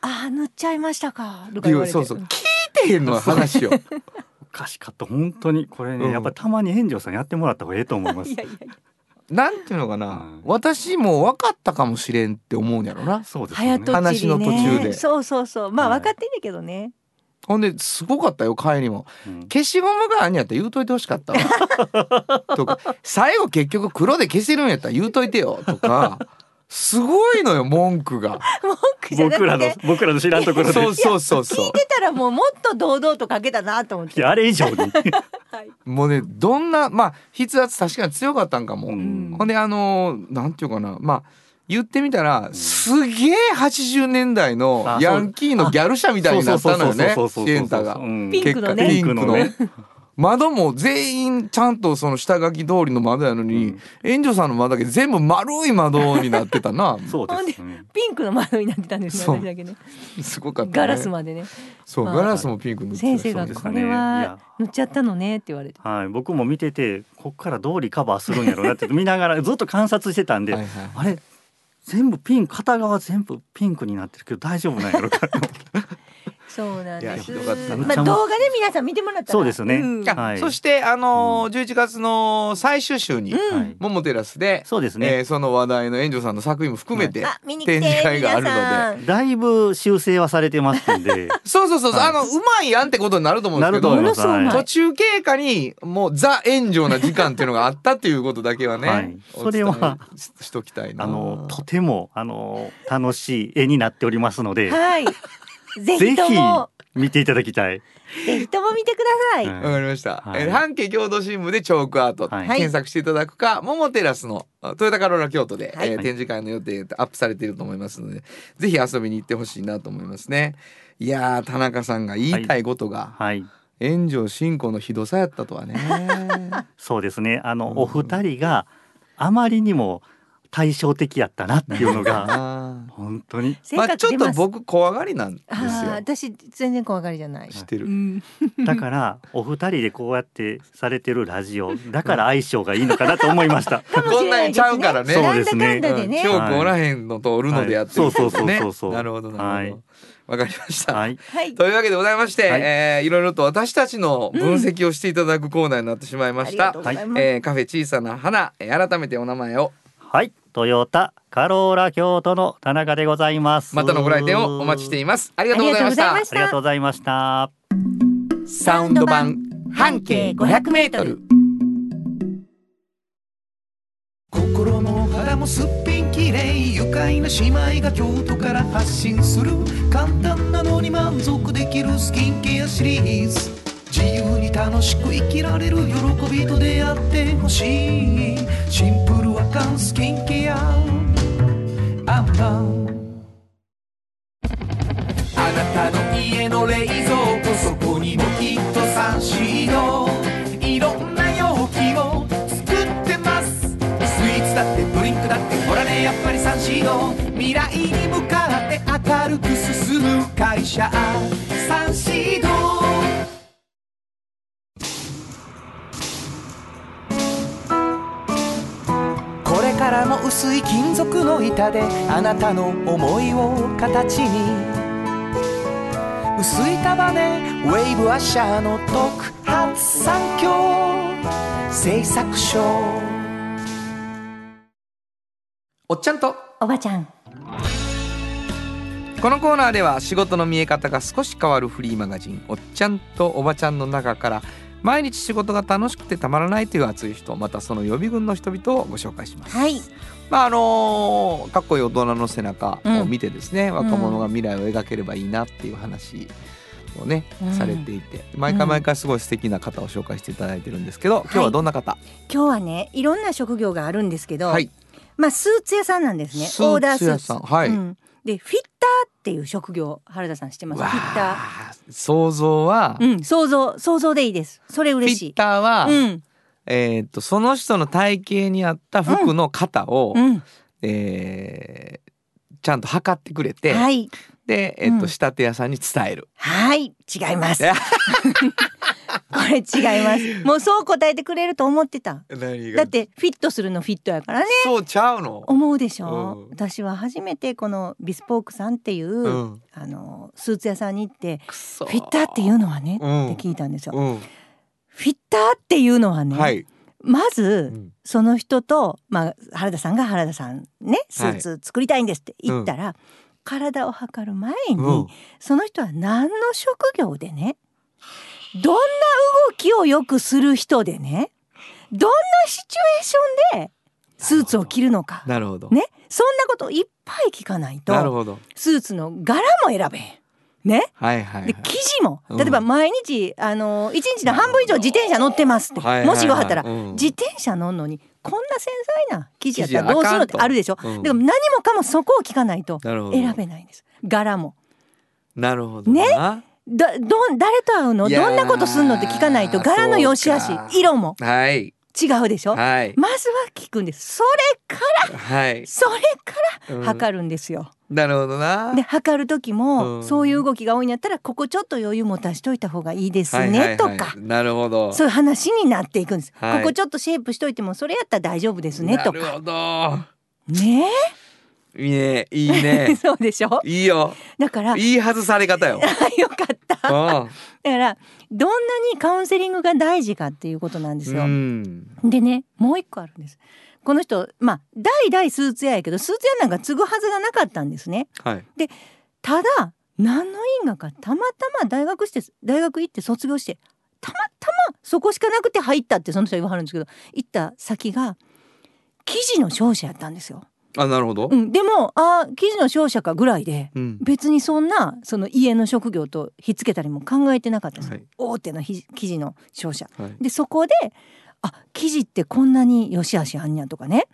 ああ塗っちゃいましたかと
て
か
い
言わ
う
れて
そうそう聞いてへんの話を
おかしかった本当にこれ
う
ね、
ん
やっぱたまに炎上さんやってもらった方がええと思います。
いやいやいや
なんていうのかな、
うん
私も分かったかもしれんって思うんやろな
そうですよ
早と
ね。
ちりね
話の途中で
そうそうそうまあ
はい
分かってんだけどね、
ほんですごかったよ帰りも
うん
消しゴムがあんやったら言うといてほしかったわとか最後結局黒で消せるんやったら言うといてよとかすごいのよ文句が
文句じゃな
僕ら
く
の
て
僕らの知らんところで。
そうそうそうそ
出たらもうもっと堂々と書けたなと思っ
い
て
やあれ 以上に。
うもうねどんなまあ筆圧確かに強かったんかも、
うん
ほんであのーなんていうかなまあ言ってみたら、すげえ80年代の
あそう
ヤンキーのギャル車みたいになったのよね
そうそうそうそうそうそうそう
シエンタが。
うん
ピンクのね
結果ピンクの
ピン
窓も全員ちゃんとその下書き通りの窓やのに、園長さんの窓だけ全部丸い窓になってた な
そうです、
ほ
ね。
ピンクの窓になってたんです
そ
よ
う
私だけね
すごかった、ね、
ガラスまでね
そう
まあ
ガラスもピンク塗ってた
先
り
生
した
が
んです
こ
か
れ
ね
いや
は塗っちゃったのねって言われて
はい僕も見ててこっからどうリカバーするんやろうなって見 ながらずっと観察してたんで、
はいはい
あれ 全部ピン片側全部ピンクになってるけど大丈夫なんやろうか。
そうなん
いや
で
ひ
す
どかったな
まあ動画で皆さん見てもらったら
そうですよね
ん
あ
はい
そしてあのー11月の最終週に
うん
はい
モモテラスで、
そうです
え
ね、
ーその話題の園長さんの作品も含めて、
あ見に来て
展示会があるので
皆さん
だいぶ修正はされてますんで
そうそうそうそう、
はい
あのうまいやんってことになると思うんで
な
すけ
ると思
ど
います
ものすごい
はい
前
途中経過にもうザ炎上な時間っていうのがあったっていうことだけはね、
は
お
い
伝え
それは
ししときたいな
あのとてもあの楽しい絵になっておりますの で
はいぜ
ぜ
ひ
ひ
とも
見ていただきたい。
ぜひとも見てください、
はい
わかりました、
はい
えー半径共同新聞でチョークアート、
はい
検索していただくかモモテラスのあトヨタカローラ京都で、
はい
えー展示会の予定アップされていると思いますのでぜひ遊びに行ってほしいなと思いますねいやー田中さんが言いたいことが、
はい
炎上進行のひどさやったとはね
そうですね。あ
う
の、
ん
お二人があまりにも対照的やったなっていう のが
あー
本当に
性
ま
格
あちょっ
出
と
ます
僕怖がりなんです
あー
よ
私全然怖がりじゃない
知って
う
る
ん
だからお二人でこうやってされてるラジオだから相性がいいのかなと思い ました。
こんなんちゃうからね
そうです
な
ね
んだかんだで
うん
ね
チョ
今
ークおらへんのとおるのでやってる、
はいそうそうそうそうそう
ねなるほどなるほどわ、
はい
かりました、
はい。
はい
というわけでございまして、
はい
いえーいろいろと私たちの分析をしていただくコーナーになってしまいま
あ
し
り
た、
がとうございます、
えーカフェ小さな花、えー改めてお名前を
はい。トヨタカローラ京都の田中でございます。
またのご来店をお待ちしていますありがとうございまし
ありがとうございま
た
した
ありがとうございました。
サウンド版半径500メートル
心も肌もすっぴんきれい愉快な姉妹が京都から発信する簡単なのに満足できるスキンケアシリーズ自由に楽しく生きられる喜びと出会ってほしいシンプルアカンスキンケアアンパンあなたの家の冷蔵庫そこにもきっとサンシードいろんな容器を作ってますスイーツだってドリンクだってほらねやっぱりサンシード未来に向かって明るく進む会社サンシードこれからも薄い金属の板であなたの思いを形に薄い束ねウェイブアッシャーの特発産業製作所
おっちゃんと
おばちゃん
このコーナーでは仕事の見え方が少し変わるフリーマガジン「おっちゃんとおばちゃん」の中から毎日仕事が楽しくてたまらないという熱い人またその予備軍の人々をご紹介します。
はい
まああのーかっこいい大人の背中を見てですね、
ん
若者が未来を描ければいいなっていう話をね、
うん
されていて毎回毎回すごい素敵な方を紹介していただいてるんですけど、今日はどんな方、
今日はねいろんな職業があるんですけど、
はい
まあスーツ屋さんなんですね
スーツ屋さん
オーダースーツ
はい
うんでフィッターっていう職業原田さん知ってますフ
うわ
ィッタ
あ想像は、
ーうん想像想像でいいですそれ
フィ
嬉しい
ッターは、
うん
えーっとその人の体型に合った服の型を、
うん
えーちゃんと測ってくれて、
はい
で、えーっと
うん
仕立て屋さんに伝える。
はい違います これ違い ますもうそう答えてくれると思ってた
何
だってフィットするのフィットやからね
そうちゃうの、
思うでしょ、
うん
私は初めてこのビスポークさんっていう、
うん、
あのスーツ屋さんに行って
くそ
フィッターっていうのはね、
うん
って聞いたんですよ、
うん
フィッターっていうのはね、
はい、
ま
う
ず、
ん
その人と、まあ、原田さんが原田さんねスーツ作りたいんですって言ったら、体を測る前に、
うん
その人は何の職業でねどんな動きをよくする人でねどんなシチュエーションでスーツを着るのか
なるほど。
ねそんなことをいっぱい聞かない
なる
と
ほど。
スーツの柄も選べへん。ね、
はいはい、はい
で。記事も
うん
例えば毎日、あの一日の半分以上自転車乗ってますって、
はいはいはい
もし言わはったら、
うん
自転車乗んのにこんな繊細な記事やったらどうするのってあるでしょ、
記事やあかんとうん
でも何もかもそこを聞かないと
なるほど
選べないんです柄も
なるほど
ね
な。
だどん誰と会うの
いやー
どんなことすんのって聞かないと柄の良し悪し
そうか
色も
はい
違うでしょ、
はい
まずは聞くんですそれから
はい。
それか
うん
ら測るんですよ、
なるほどな。
で測る時も、
うん
そういう動きが多いんやったらここちょっと余裕持たしといた方がいいです
はいはいは
ね
い
とか、
なるほど。
そういう話になっていくんです、
はい
ここちょっとシェイプしといてもそれやったら大丈夫ですねと
なる
か
ほど。
ね
いいねいいね
そうでしょ
いいよ
だからよ
いい外され方 よ
かっただ
あ
からどんなにカウンセリングが大事かっていうことなんですよ。
うん
でねもう一個あるんです。この人まあ代々スーツ屋やけどスーツ屋なんか継ぐはずがなかったんですね。
はい
ただ何の因果かたまたま大学して大学行って卒業してたまたまそこしかなくて入ったってその人は言わはるんですけど行った先が記事の商社やったんですよ。
あなるほど
うん、でもあー記事の商社かぐらいで
うん
別にそんなその家の職業とひっつけたりも考えてなかったんです、
はい
大手のひ記事の商社。
はい
でそこであ記事ってこんなに良し悪しあんにゃとかね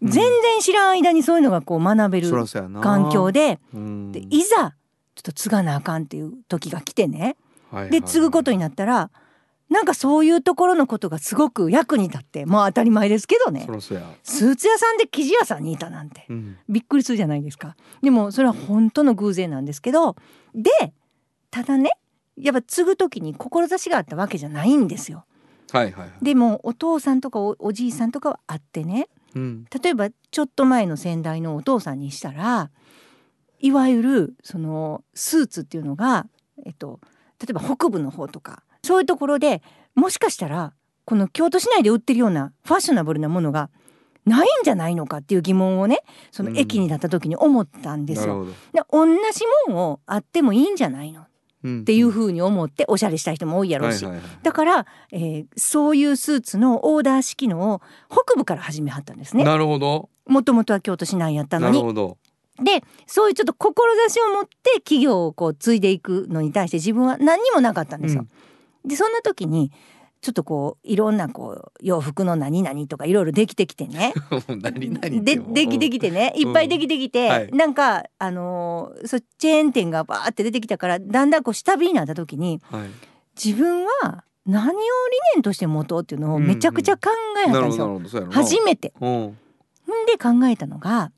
うん
全然知らん間にそういうのがこう学べる
そらそうやな
環境で。
うん
でいざちょっと継がなあかんっていう時が来てね
はいはい
で継ぐことになったらなんかそういうところのことがすごく役に立ってまあ当たり前ですけどね
そらそうや
スーツ屋さんで生地屋さんにいたなんて
うん
びっくりするじゃないですかでもそれは本当の偶然なんですけどでただねやっぱ継ぐ時に志があったわけじゃないんですよ
はいはいはい
でもお父さんとかおおじいさんとかはあってね
うん
例えばちょっと前の先代のお父さんにしたらいわゆるそのスーツっていうのが、えっと、例えば北部の方とかそういうところでもしかしたらこの京都市内で売ってるようなファッショナブルなものがないんじゃないのかっていう疑問をねその駅に立った時に思ったんです
なる
よ。
ほど
で同じもんをあってもいいんじゃないのっ
うんって
いう
う
ふうに思っておしゃれした人も多いやろうし、
はいはいはい
だから、えーそういうスーツのオーダー式のを北部から始めはったんですね。
なるほど
もともとは京都市内やったの
なる
に
ほど
でそういうちょっと志を持って企業をこう継いでいくのに対して自分は何にもなかったんですよ。でそんな時にちょっとこういろんなこう洋服の何々とかいろいろできてきてね
何々
でできてき
き
てねいっぱいできてきて、
はい
なんかあのーそうチェーン店がバーって出てきたからだんだんこう下火になった時に
はい
自分は何を理念として持とうっていうのをめちゃくちゃ考え
な
たんで
るほど
す
な
よ、
るほどそうやろな
初めて。
うん
んで考えたのが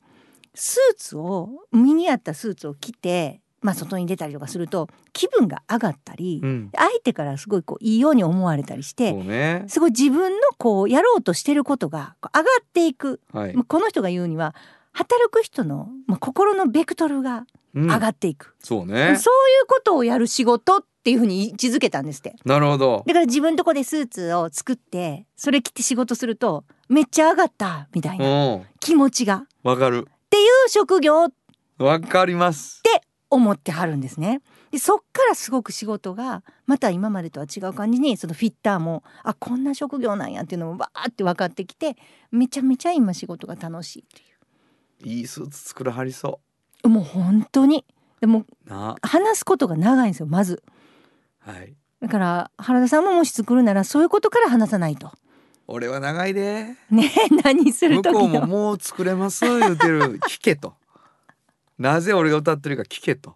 スーツを身に合ったスーツを着て、まあ、外に出たりとかすると気分が上がったり、
うん
相手からすごいこういいように思われたりし
そ
て
うね
すごい自分のこうやろうとしてることがこう上がっていく、
はい
まあこの人が言うには働く人の、まあ、心のベクトルが
上
上がっていく、
そう
そうい
ね
うことをやる仕事っていうふうに位置づけたんですって。
なるほど
だから自分のとこでスーツを作ってそれ着て仕事するとめっちゃ上がったみたいうなん気持ちが
わかる
職業って
わかります
思ってはるんですね。でそっからすごく仕事がまた今までとは違う感じにそのフィッターもあこんな職業なんやっていうのもわーって分かってきてめちゃめちゃ今仕事が楽しいってい
いいスーツ作らはりそう
もう本当にでも
うな
話すことが長いんですよまず
はい
だから原田さんももし作るならそういうことから話さないと
俺は長いで
ね何する
向
時
こうも
の
もう作れます言うて る聞けとなぜ俺が歌ってるか聞けと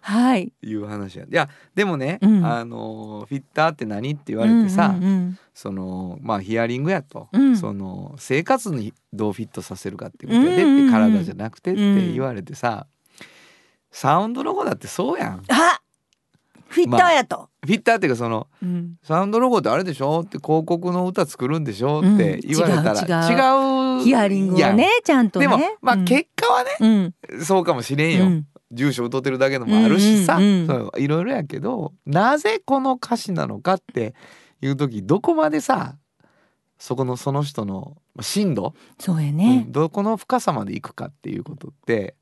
はい
いう話やいやでもね、
うん
あのフィッターって何って言われてさ、
うんうん
そのまあヒアリングやと、
うん
その生活にどうフィットさせるかっていうことやでって、
うんうんうん
体じゃなくてって
うん
言われてさ、サウンドロゴだってそうや
う
んフ
んあフィッターやと、
ィッターっていうかその
うん
サウンドロゴってあれでしょって広告の歌作るんでしょって言われたら、違う
ヒアリングをねちゃんとね
でもまあ
うん
結果はね、
うん
そうかもしれんよ、
うん
住所歌ってるだけのもあるしさ、
うんうんうん
そういろいろやけどなぜこの歌詞なのかっていう時どこまでさそこのその人のまあ深度、
そうやね
うん、どこの深さまでいくかっていうことって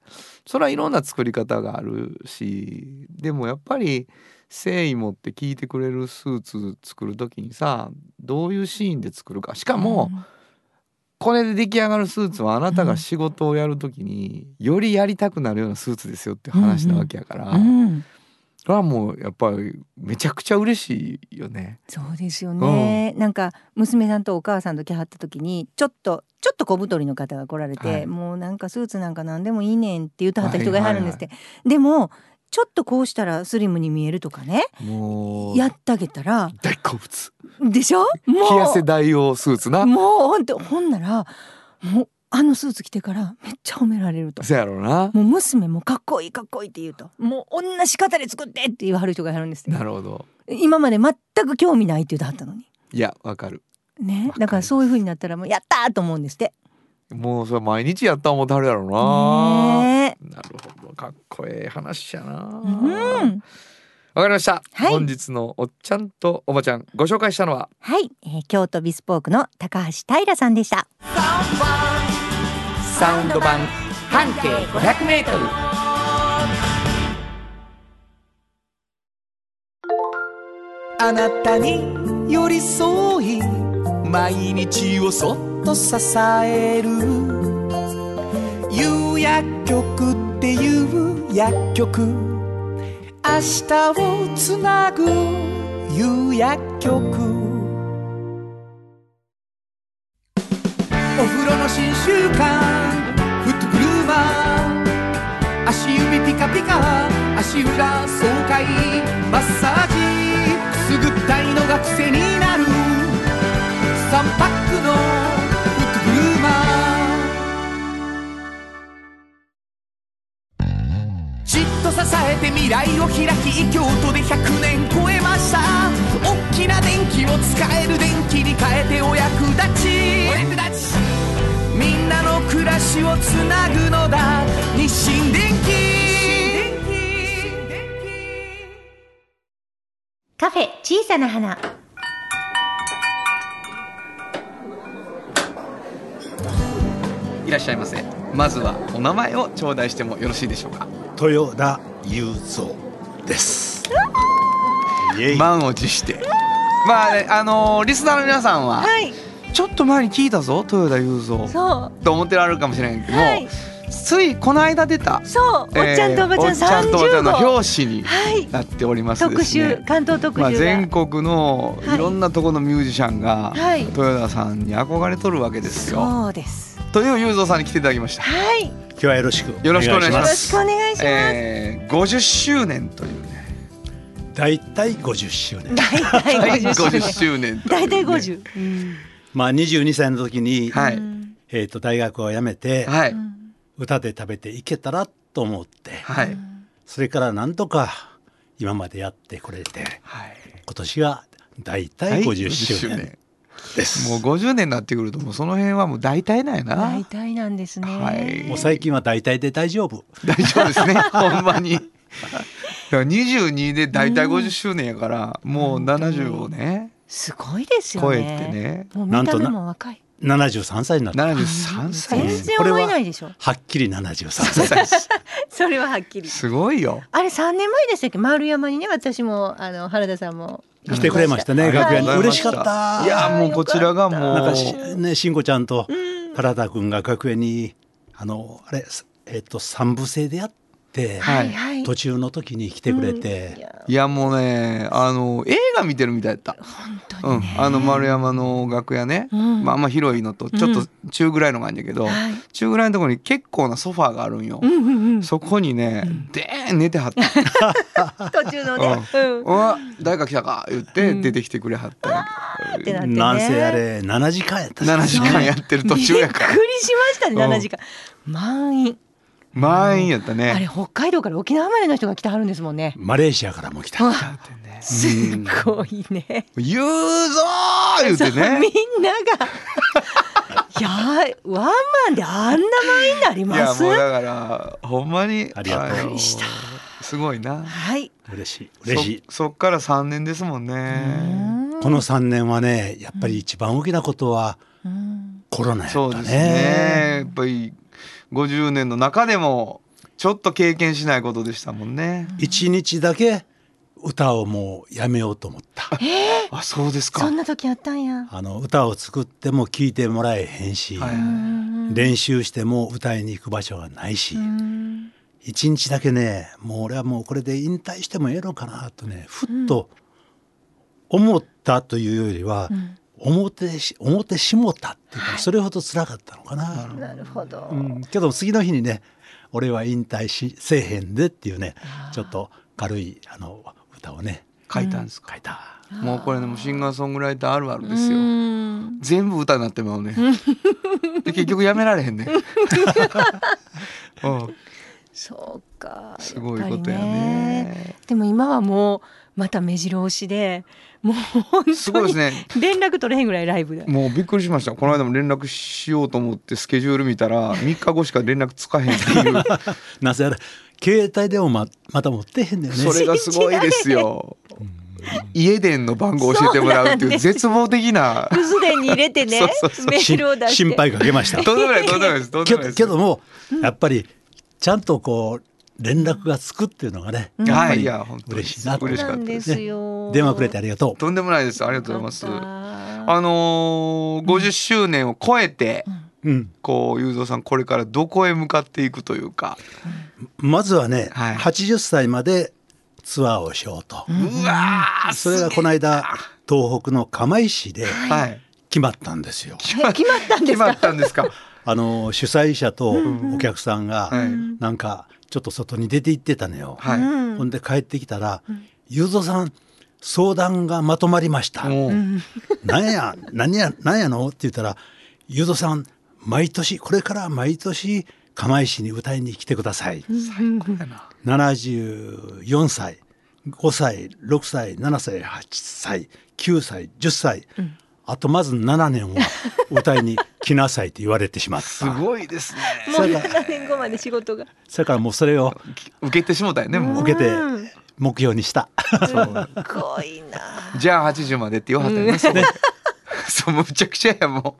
それはいろんな作り方があるしでもやっぱり誠意持って聞いてくれるスーツ作る時にさどういうシーンで作るかしかも、
うん
これで出来上がるスーツはあなたが仕事をやるときによりやりたくなるようなスーツですよって話なわけやから、
うん、
それはもうやっぱりめちゃくちゃ嬉しいよね。
そうですよね、なんか娘さんとお母さんと来はった時にちょっとちょっと小太りの方が来られて、
はい
もうなんかスーツなんか何でもいいねんって言ってはった人がいはるんですって、でもちょっとこうしたらスリムに見えるとかね
もう
やってあげたら
大好物
でしょも
冷やせ
う
大王スーツな。
もうほんとほんならもうあのスーツ着てからめっちゃ褒められると。
そやろうな。
もう娘もかっこいいかっこいいって言うともう同じ方で作ってって言わはる人がいはるんですって
なるほど。
今まで全く興味ないって言ってはったのに
いやわかる。
ね
わかります
だからそういう風になったらもうやったーと思うんですって
もうそれ毎日やった思ってはるやろな、
ね
なるほどかっこええ話やなわ、
えうん
かりました、
はい
本日のおっちゃんとおばちゃんご紹介したのは
はい、えー京都ビスポークの高橋平さんでした
サウンド版半径 500m
あなたに寄り添い毎日をそっと支える有薬局っていう薬局明日をつなぐ有薬局お風呂の新習慣フットグルーマー足指ピカピカ足裏爽快マッサージくすぐったいのが癖になる3パックのフットグルーマーじっと支えて未来を開き京都で100年超えました大きな電気を使える電気に変えてお役立ちお役立ちみんなの暮らしをつなぐのだ日清電気
カフェ小さな花
いらっしゃいませまずはお名前を頂戴してもよろしいでしょうか
豊田雄三です。イエイ
満を持してまあねあのーリスナーの皆さんは、
はい
ちょっと前に聞いたぞ豊田雄三
そう
と思ってられるかもしれんけども、
はい
ついこの間出た
そうおっちゃんとおばちゃん
えーおっちゃん
30
とおばちゃんの
号
表紙に
はい
なっておりますで
特
す
集
ね。
関東特集
ま
が、
あ、全国の
はい
いろんなところのミュージシャンが
はい
豊田さんに憧れとるわけですよ。
そうです
という雄三さんに来ていただきました。
はいよ
今日はよろしく
よろしくお願いしま
ろし
す
くお願いします、
えー、50周年というね
だいたい50周年。
大
は
体
い50
50
周年とい
大
うね
体50、
まあ22歳の時に、
はい、
えっ、と大学を辞めて、
はい、
歌で食べていけたらと思って、
はい、
それからなんとか今までやってこれて、
はい、
今年がだいたい50周年です。
もう50年になってくるともうその辺はもう大体なんやな
大体なんですね、
はい
もう最近は大体で大丈夫。
大丈夫ですねほんまにだから22で大体50周年やから、もう70をね
すごいですよ
超
ね
えてね
もう見た目も若い
73歳になった。
73歳
全然思えないでしょ
はっきり73歳です。
それははっきり
すごいよ
あれ3年前でしたっけ丸山にね私もあの原田さんも
来てくれました
あ
ね、
りが
楽
とう
屋に。
ございま
嬉しかった。
いやもうこちらがもう
なんかしね、慎吾ちゃんと原田君が学園にあのあれすえっと三部制でやって、
はい
はい
途中の時に来てくれ
い
て、
や
いやもうねあの映画見てるみたいだった
本当
うん、あの丸山の楽屋ね、
うん
まあ、あんま広いのとちょっと中ぐらいのがあるんだけど、
はい
中ぐらいのところに結構なソファーがあるんよ、
うんうんうん
そこにね、でーん寝ては った
途中のね
「うわ誰か来たか」言って出てきてくれはったんや
っ
け
てなって
ど、
ね
なんせあれ7時間やった
7時間やってる途中 や
び
から
っくりしましたね
うん
7時間満員
満員やった
あれ
ね
北海道から沖縄までの人が来てはるんですもんね
マレーシアからも来た、
わすごいね
「言うぞ!」言う
そ
て
うみ
ね
んなが いやーワンマンであんな満員になり
い
ま
や
す
もうだからほんまに
ありがとう
あのすごいな
はい
嬉しい嬉しい
そそっから3年ですもんね
この3年はねやっぱり一番大きなことはコロナやった
そ
ね
うですねやっぱり50年の中でもちょっと経験しないことでしたもんね
1日だけ歌をもうやめようと思った
あそうですか
そんな時あったんや
あの歌を作っても聴いてもらえへんし、
はい
練習しても歌いに行く場所がないし、一日だけねもう俺はもうこれで引退してもええのかなとねふっと思ったというよりは、思ってし思ってしもたっていうかそれほど辛かったのかな。
なるほど
うん、けど次の日にね俺は引退しせえへんでっていうねちょっと軽いあの歌をね
書いたんですか
書いた。
もうこれねもうシンガーソングライターあるあるですよ
うん
全部歌になってまうねで結局やめられへんねうん
そうか
すごいことや
っぱり
ね
でも今はもうまた目白押しでもう本
すご
当
いで
に
すね。
連絡取れへんぐらいライブで。
もうびっくりしました。この間も連絡しようと思ってスケジュール見たら3日後しか連絡つかへんっていう。
なぜあれ携帯でもままた持ってへんだよね
それがすごいですよ。家電の番号教えてもらうっていう絶望的な。
クズ伝に入れてね
そうそう
メールを出して
心心配かけ ました
とんでもないとんでもないです。とんで
け
もないです
けども、やっぱりちゃんとこう連絡がつくっていうのがね、やっぱ
はい、
り
いや、本当に
嬉しいなと
嬉し
な
かった
ん
で。
ですすよ、
電話くれてありがとう。
とんでもないです。ありがとうござい
よか
ま
っ
す。
た
あのー、50周年を超えて、
うん、
こう、雄三さん、これからどこへ向かっていくというか。
まずはね、
はい
80歳までツアーをしようと、
うわー
それがこの間東北の釜石で
はい。
決まったんですよ。
決まったんで
決
す
ま
か
ったんですか。
あの主催者とお客さんが
はい
なんかちょっと外に出て行ってたのよ。
はい。
ほんで帰ってきたら「雄三さん相談がまとまりました」
もう、
なんや、何や、なんやのって言ったら、ゆうぞさん、毎年、これから毎年、釜石に歌いに来てください。74歳、5歳、6歳、7歳、8歳、9歳、10歳、あとまず7年は 歌いに来なさいって言われてしまった。
すごいですね。
もう7年後まで仕事が
それからもうそれを
受けてしもたよね、もう。
受けて目標に した。
すごいな
じゃあ80までって言わはったよね。そう そう、むちゃくちゃや、も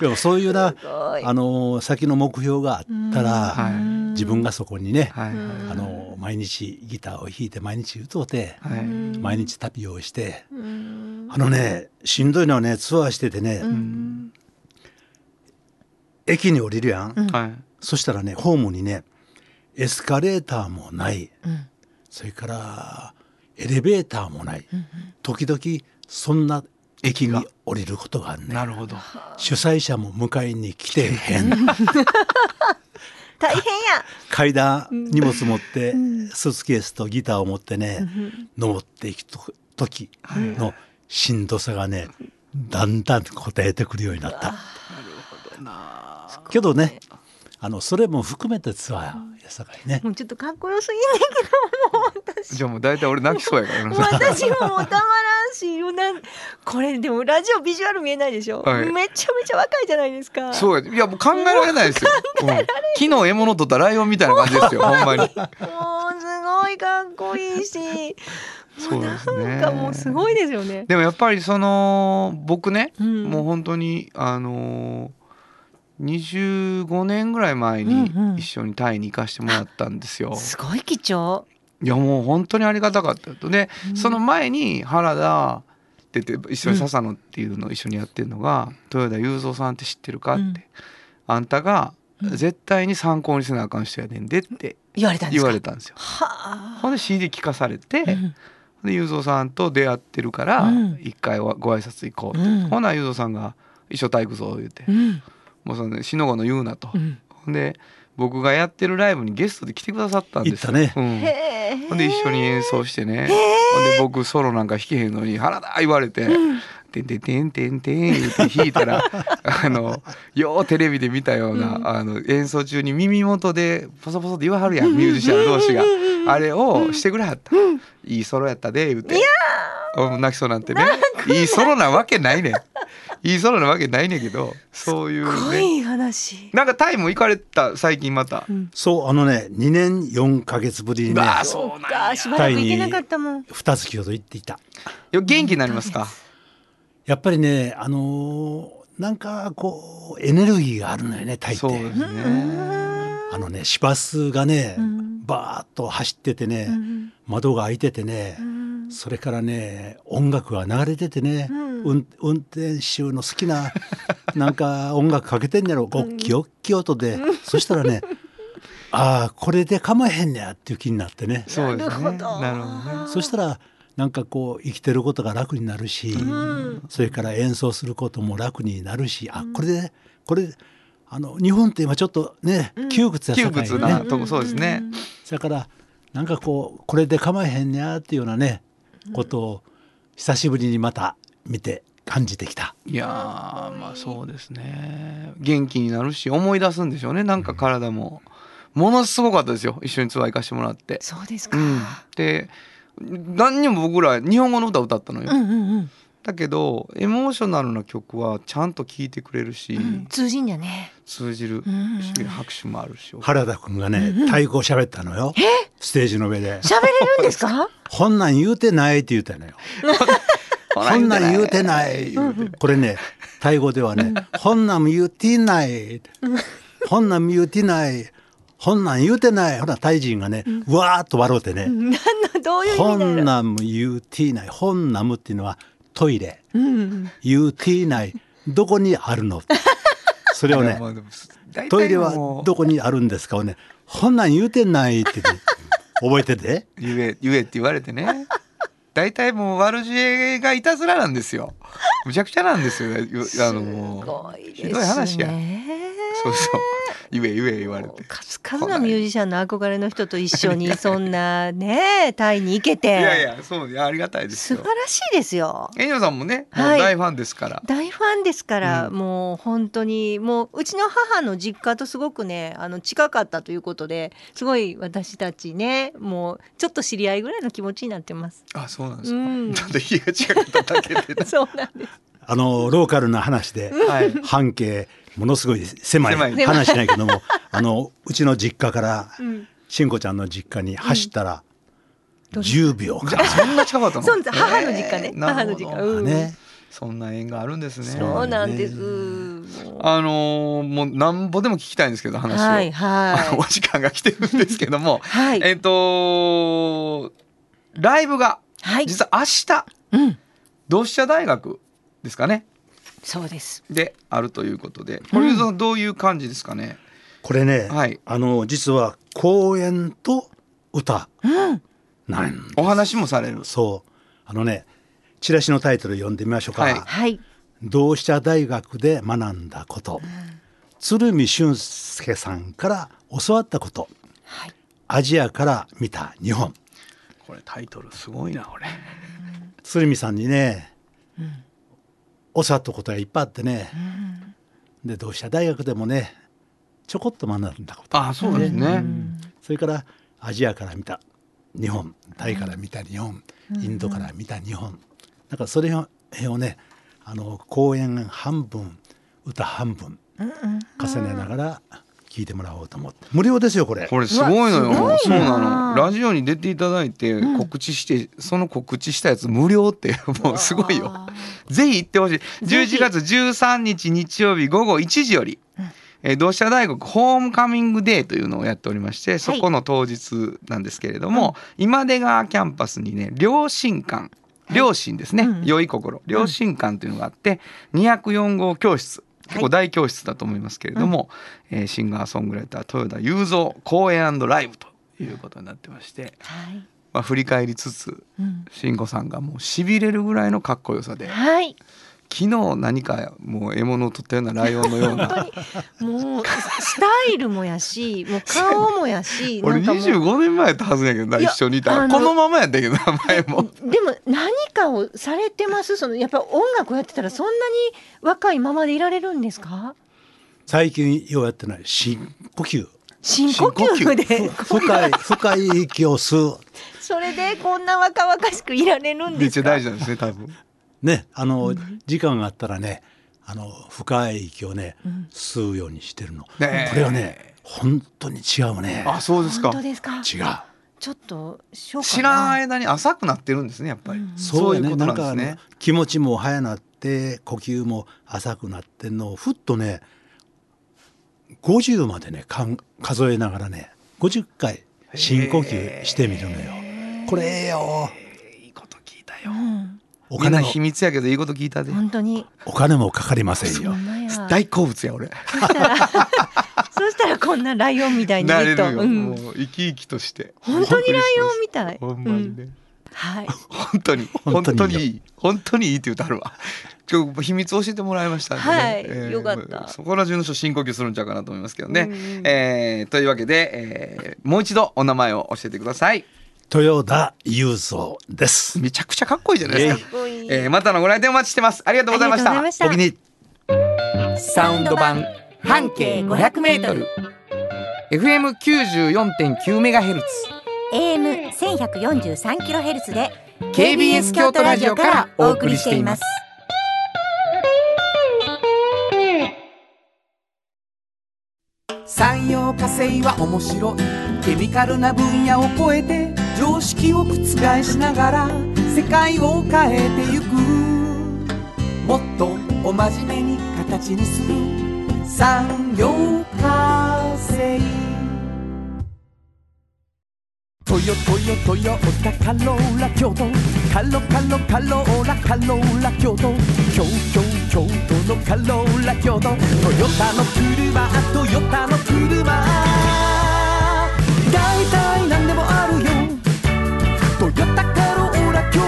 でもそういうな、
ごい
あの、先の目標があったら、
は
自分がそこにね、
う。はい。
あの毎日ギターを弾いて毎日歌うて、
はい。
毎日旅をして、あのねしんどいのはねツアーしててね、駅に降りるやん、
はい。
そしたらねホームにねエスカレーターもない、それからエレベーターもない、時々そんな駅に降りることがあるね
なるほど。
主催者も迎えに来てへん
大変や
階段荷物持ってスーツケースとギターを持ってね登っていくと時のしんどさがねだんだん応えてくるようになった。けどねあのそれも含めてツアーやさかいね
もうちょっとかっこよすぎんねんけどもう私
じゃあもう大体俺泣きそうやから な。
私ももうたまらんしいろんなこれでもラジオビジュアル見えないでしょ、
はい
めちゃめちゃ若いじゃないですか
そうや。いや、もう考えられないです よ。うん昨日獲物取ったライオンみたいな感じ ですよ、ほんま
も
に。
うすごいかっこいいし
そうですね。
なんかもうすごいですよね
でもやっぱりその僕ね、
ん
もう本当にあのー、25年ぐらい前
うんう
に
ん
一緒にタイに行かしてもらったんですよ。
すごい貴重
いやもう本当にありがたかったとで、その前に原田って言って一緒に笹野っていうのを一緒にやってるのが「豊田雄三さんって知ってるか?」って、
うん
あんたが絶対に参考にせなあかん人やねんで」って
言われたんで
言
す
わ
か
れたんですよ。
はあ
ほんで CD 聞かされて、
ん
で雄三さんと出会ってるから
うん
一回はご挨拶行こうと、
うん
ほな雄三さんが「一緒体育ぞ」言うて、
うん
もうその死の後の言うなと、
ん
ほんで僕がやってるライブにゲストで来てくださったんですよ
行った
うん
へえ
ほんで一緒に演奏してね、ほんで僕ソロなんか弾けへんのに「原田!」言われて「てんてんてんてんてん」言って弾いた らあのようテレビで見たような、あの演奏中に耳元でポソポソって言わはるやん、ミュージシャン同士が、あれをしてくれはった、いいソロやったで言うてうん泣きそうなんてねいいソロなわけないねんいいソロなわけないねんけどそうい
す
う
ご
ね
い話
なんかタイも行かれた最近また、
そうあのね2年4ヶ月ぶりにね
ああそうなんや
あしばらく行けなかったもん
二月ほど行っていた
よ元気になりますか
やっぱりねあのーなんかこうエネルギーがあるのよね大
そう
抵。
ですね
あのね、市バスがね、バーッと走っててね、窓が開いててね、それからね、音楽が流れててね、運運転手の好き な、なんか音楽かけてんねやろ、ゴッキョッキョとで、そしたら ね、ああ、これで構えへんねやっていう気になってね、
そうですね。な
な
る
る
ほ
ほ
ど
ど
ね。
そしたら、なんかこう、生きてることが楽になるし、それから演奏することも楽になるし、あ、これで、これ、あの日本って今ちょっとね、窮屈やさ
窮
かい
屈
ね、
なとこ、そうですね。
それからなんかこうこれで構えへんにゃーっていうようなねことを久しぶりにまた見て感じてきた
いやー、まあそうですね。元気になるし、思い出すんでしょうね。なんか体も。ものすごかったですよ。一緒にツアー行かしてもらって。
そうですか、
うん。で、何にも僕ら日本語の歌歌ったのよ、
うんうんうん
だけどエモーショナルな曲はちゃんと聴いてくれるし、
うん、通じんじゃね。
通じる
うんうんうん
し拍手もあるし、
原田君がね太鼓を喋ったのよステージの上で
喋れるんです か？
「こんなん言うてない」って言うたのよ「こ んなん言うてない」これねタイ語ではね「こんなんも言うてない」「こんなんも言うてない」「こんなん言うてない」ほらタイ人がねわーっと笑うてね
なんのどうい
「
う
こ
意味
ん
だよ。
なんも言うてない」「こんなんも」っていうのはトイレ
うんうん
「言うてない」どこにあるのそれをね
ね
トイレはどこにあるんですかをね、こんなん言うてないってね覚えてて。
言え言えって言われてね大体もう悪知恵がいたずらなんですよむちゃくちゃなんですよよあのもう
すごいですね。
ひどい話やそうそう言え言え言われて
数々のミュージシャンの憧れの人と一緒にそんなねタイに行けて
いやいやそういやありがたいで
素
す
晴
よ
らしいですよ
えにさんもねもう
はい
大ファンですから、
大ファンですから、
う
もう本当にもううちの母の実家とすごくねあの近かったということですごい私たちねもうちょっと知り合いぐらいの気持ちになって ます。
あそうなんです
う
か、
ん、
ちょっと家が近かっただけで ね
そうなんです。
あの、ローカルな話で、
はい
半径、ものすごい狭
狭
い
い
話しないけども、あの、うちの実家から、
うん、
しんこちゃんの実家に走ったら、
どれ
10秒か
じゃあそんな近かったの
そうです母の実家ね
えーなるほど
母の実家うん
らね。
そんな縁があるんですね
そうなんです。もう
あのーもうなんぼでも聞きたいんですけど話を、
はい
あのお
は
時間が来てるんですけども
い。 はい。
えっ、とライブが
はい。
実は明日
うん。
同志社大学ですかね
そうです。
であるということで堀江さんどういう感じですかね、
これね、
はい
あの、実は公演と歌、なん
お話もされる
そう。あのね、チラシのタイトル読んでみましょうか。
はい
はい。
同志社大学で学んだこと、鶴見俊介さんから教わったこと、
はい
アジアから見た日本
これタイトルすごいなこれ
鶴見さんにね、教わったことがいっぱいあってね、で同志社大学でもねちょこっと学んだこと
あそうですね、
それからアジアから見た日本タイから見た日本、インドから見た日本だからそれををねあの公演半分歌半分重ねながら聞いてもらおうと思って無料ですよこれ
これすごいのよ
うわす
そう
ごいな
なのラジオに出ていただいて告知して、その告知したやつ無料ってもうすごいよぜひ行ってほしい11月13日日曜日午後1時より、えー同志社大学ホームカミングデーというのをやっておりましてそこの当日なんですけれども、今出川キャンパスにね両親館両親ですね、良い心両親館というのがあって204号教室結構大教室だと思いますけれども、えーシンガーソングライター豊田雄三公演ライブということになってまして、
はい。
まあ、振り返りつつ
うん。
慎吾さんがもうしびれるぐらいのかっこよさで
はい。
昨日何かもう獲物を取ったようなライオンのような
もうスタイルもやし、 もう顔もやし、
俺
なんかもう
25年前やったはずやけどない
や
一緒にいた
あ
ら
の
このままやったけど名前も。
でも何かをされてます。そのやっぱ音楽をやってたらそんなに若いままでいられるんですか？
最近ようやってない深呼吸
深呼吸でこんな
深い深い息を吸う
それでこんな若々しくいられるん
め
で
っち
す
ゃ
か？
大事なんですね多分
ねあの、時間があったらねあの深い息をね、吸うようにしてるの、
ねえ
これはね本当に違うね
あそうですか
本当ですか？
違う
ちょっとしようか
知ら
い。
ん間に浅くなってるんですねやっぱり、
そ
い
うや
う
ね
ことな
な
んんで
かあ
す
の
ね
気持ちも早なって呼吸も浅くなってんのをふっとね50までねかん数えながらね50回深呼吸してみるのよ。これええよ
いいこと聞いた
う
よ
ん
お
みんな
金も
秘密やけどいいこと聞いたで
本当に。
お金もかかりません
ほ
よ。
んまや
大好物や俺
そうしたらこんなライオンみたいに
な
ず
れ
っと、
るよ、
うん
もう生き生きとして
本当にライオンみたい。
ほんまに
うん
ね、
はい。
本当に
本
本
当に
当にいい本当にいいって言うとあるわちょ秘密教えてもらいましたんで、ね
はいよかった
そこら中の人深呼吸するんちゃうかなと思いますけどね、
うんうん
えーというわけで、えーもう一度お名前を教えてください
豊田雄三です。
めちゃくちゃかっこいいじゃないですか、
ごい
えーまたのご来店お待ちしてますありがとうございました
ありがとうございました
お気に入り
サウンド版半径500メートル FM94.9 メガヘルツ
AM 1143キロヘルツで
KBS 京都ラジオからお送りしています。
産業化成は面白いケミカルな分野を超えて常識を覆しながら世界を変えてゆくもっとお真面目に形にする産業化成トヨトヨトヨタカローラ京都カロカロカローラカローラ京都京京京都のカローラ京都トヨタの車トヨタの車だいたいなんでもあるよトヨタカローラ京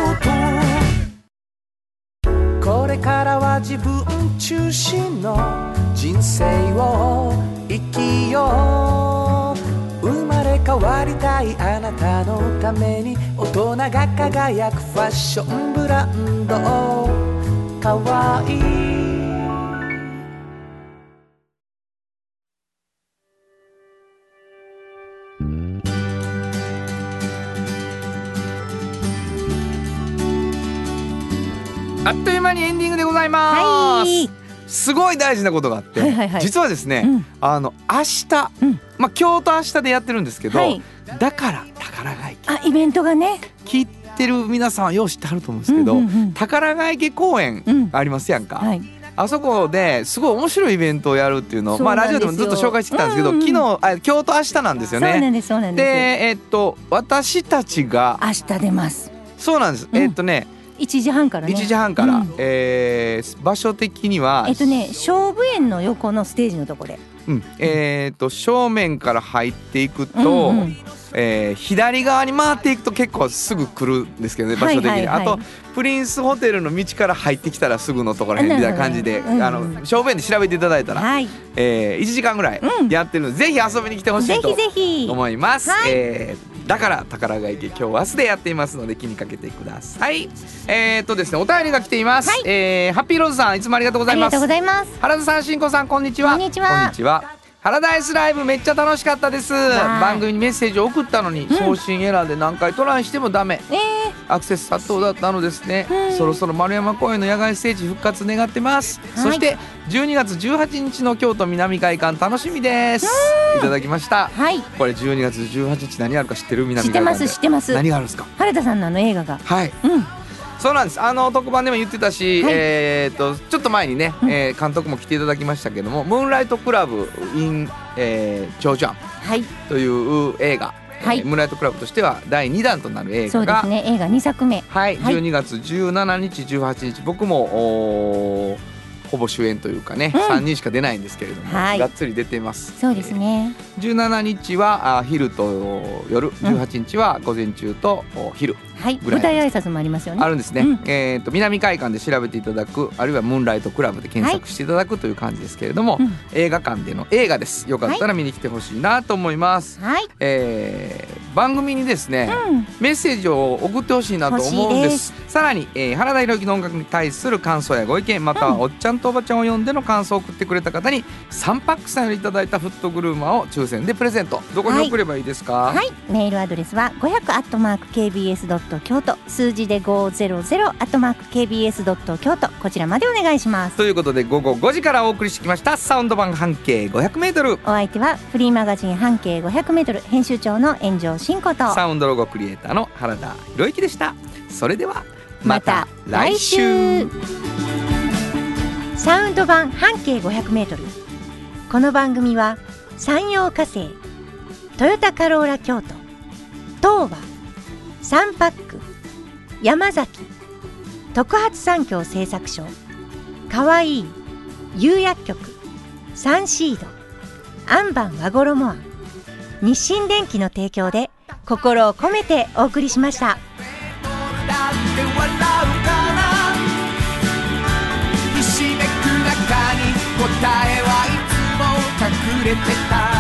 都これからは自分中心の人生を生きよう生まれ変わりたいあなたのために大人が輝くファッションブランドかわいい
あっという間にエンディングでございます、
はい
すごい大事なことがあって、
はいはいはい
実はですね、
うん
あの明日、
うん
まあ今日と明日でやってるんですけど、
はい
だから宝ヶ池
あイベントがね、
聞いてる皆さんはよう知ってはると思うんですけど、
うんうんうん
宝ヶ池公園
うん
ありますやんか、
はい、
あそこですごい面白いイベントをやるっていうのを
そう
ま
な
あ
んで
ラ
す
ジオ
よ
でもずっと紹介してきたんですけど、
うんうんうん
昨日あ今日と明日なんです
そ
よ
うな
ね。
んですそうなん
で
で
えっと私たちが
す。明日出ます。
そうなんです、
うん
えっとね
一時半からね。
1時半から、
うん
えー場所的には、
えっとね、勝負園の横のステージのとこで。
うんえー、と正面から入っていくと、
うんうん
えー左側に回っていくと結構すぐ来るんですけどね場所的に、
はいはいはい
あとプリンスホテルの道から入ってきたらすぐのところへんみたいな感じで、
なるほどね
あ
うん
の正面で調べていただいたら、
はい。
えー1時間ぐらいやってるので、ぜひ遊びに来てほし
ぜ
いと
ひぜひ。
思います、
はい
えーだから宝ヶ池今日明日でやっていますので気にかけてくださいえー、っとですねお便りが来ています、
はい
えーハッピーローズさんいつもありがとうござ
あ
い
り
ま
が
す
とうございます。
原田さん、しんこさん、こんにちは。
こんにちは
ハラダイスライブめっちゃ楽しかったです。
ーい
番組にメッセージを送ったのに、送信エラーで何回トライしてもダメ。
え
アクセス殺到だったのですね、
うん
そろそろ丸山公園の野外ステージ復活願ってます、
い
そして12月18日の京都南会館楽しみですいただきまし
ー、
た
はい。
これ12月18日何あるか知ってる
知
南
って
海
ま
館
す知ってます。
何があるんですか
原田さんのあの映画が。
はい
うん。
そうなんですあの特番でも言ってたし、
はい
えー、とちょっと前にね、
うん
えー監督も来ていただきましたけども「ムーンライトクラブ in えーチョウジャン
はい。」
という映画、
はい
えームーンライトクラブとしては第2弾となる映
そ
画
うで
が、
すね。映画二作目。
はい、
はい
12月17日18日僕もおーほぼ主演というかね、
うん
3人しか出ないんですけれども、
はい
がっつり出てます
そうですね。
えー17日はあ昼と夜18日は午前中とお昼
はい。
ぐら
舞
いな
台
んで
挨拶もありますよね。
あるんですね、
うん
えっ、と南海館で調べていただくあるいはムーンライトクラブで検索していただくという感じですけれども、
うん
映画館での映画ですよかったら見に来てほしいなと思います、
はい。
えー番組にですね、
うん。
メッセージを送ってほしいなと思うんで
欲しいです
さらに、えー原田裕之の音楽に対する感想やご意見またはおっちゃんとおばちゃんを呼んでの感想を送ってくれた方に3パックさんよりいただいたフットグルーマーを抽選でプレゼントどこに送ればいいですか、
はい、メールアドレスは5 0 0 k b s k y o t 数字で5 0 0 k b s k y o t こちらまでお願いします
ということで午後5時からお送りしてきましたサウンド版半径 500m
お相手はフリーマガジン半径 500m 編集長の炎上真子と
サウンドロゴクリエイターの原田博之でしたそれでは
また来週サウンド版半径 500m この番組は山陽火星トヨタカローラ京都東和サンパック山崎特発産業製作所かわいい釉薬局サンシードアンバン和衣庵日清電機の提供で心を込めてお送りしまし
だ
た。
って笑うからひしめく中に答えはいつも隠れてた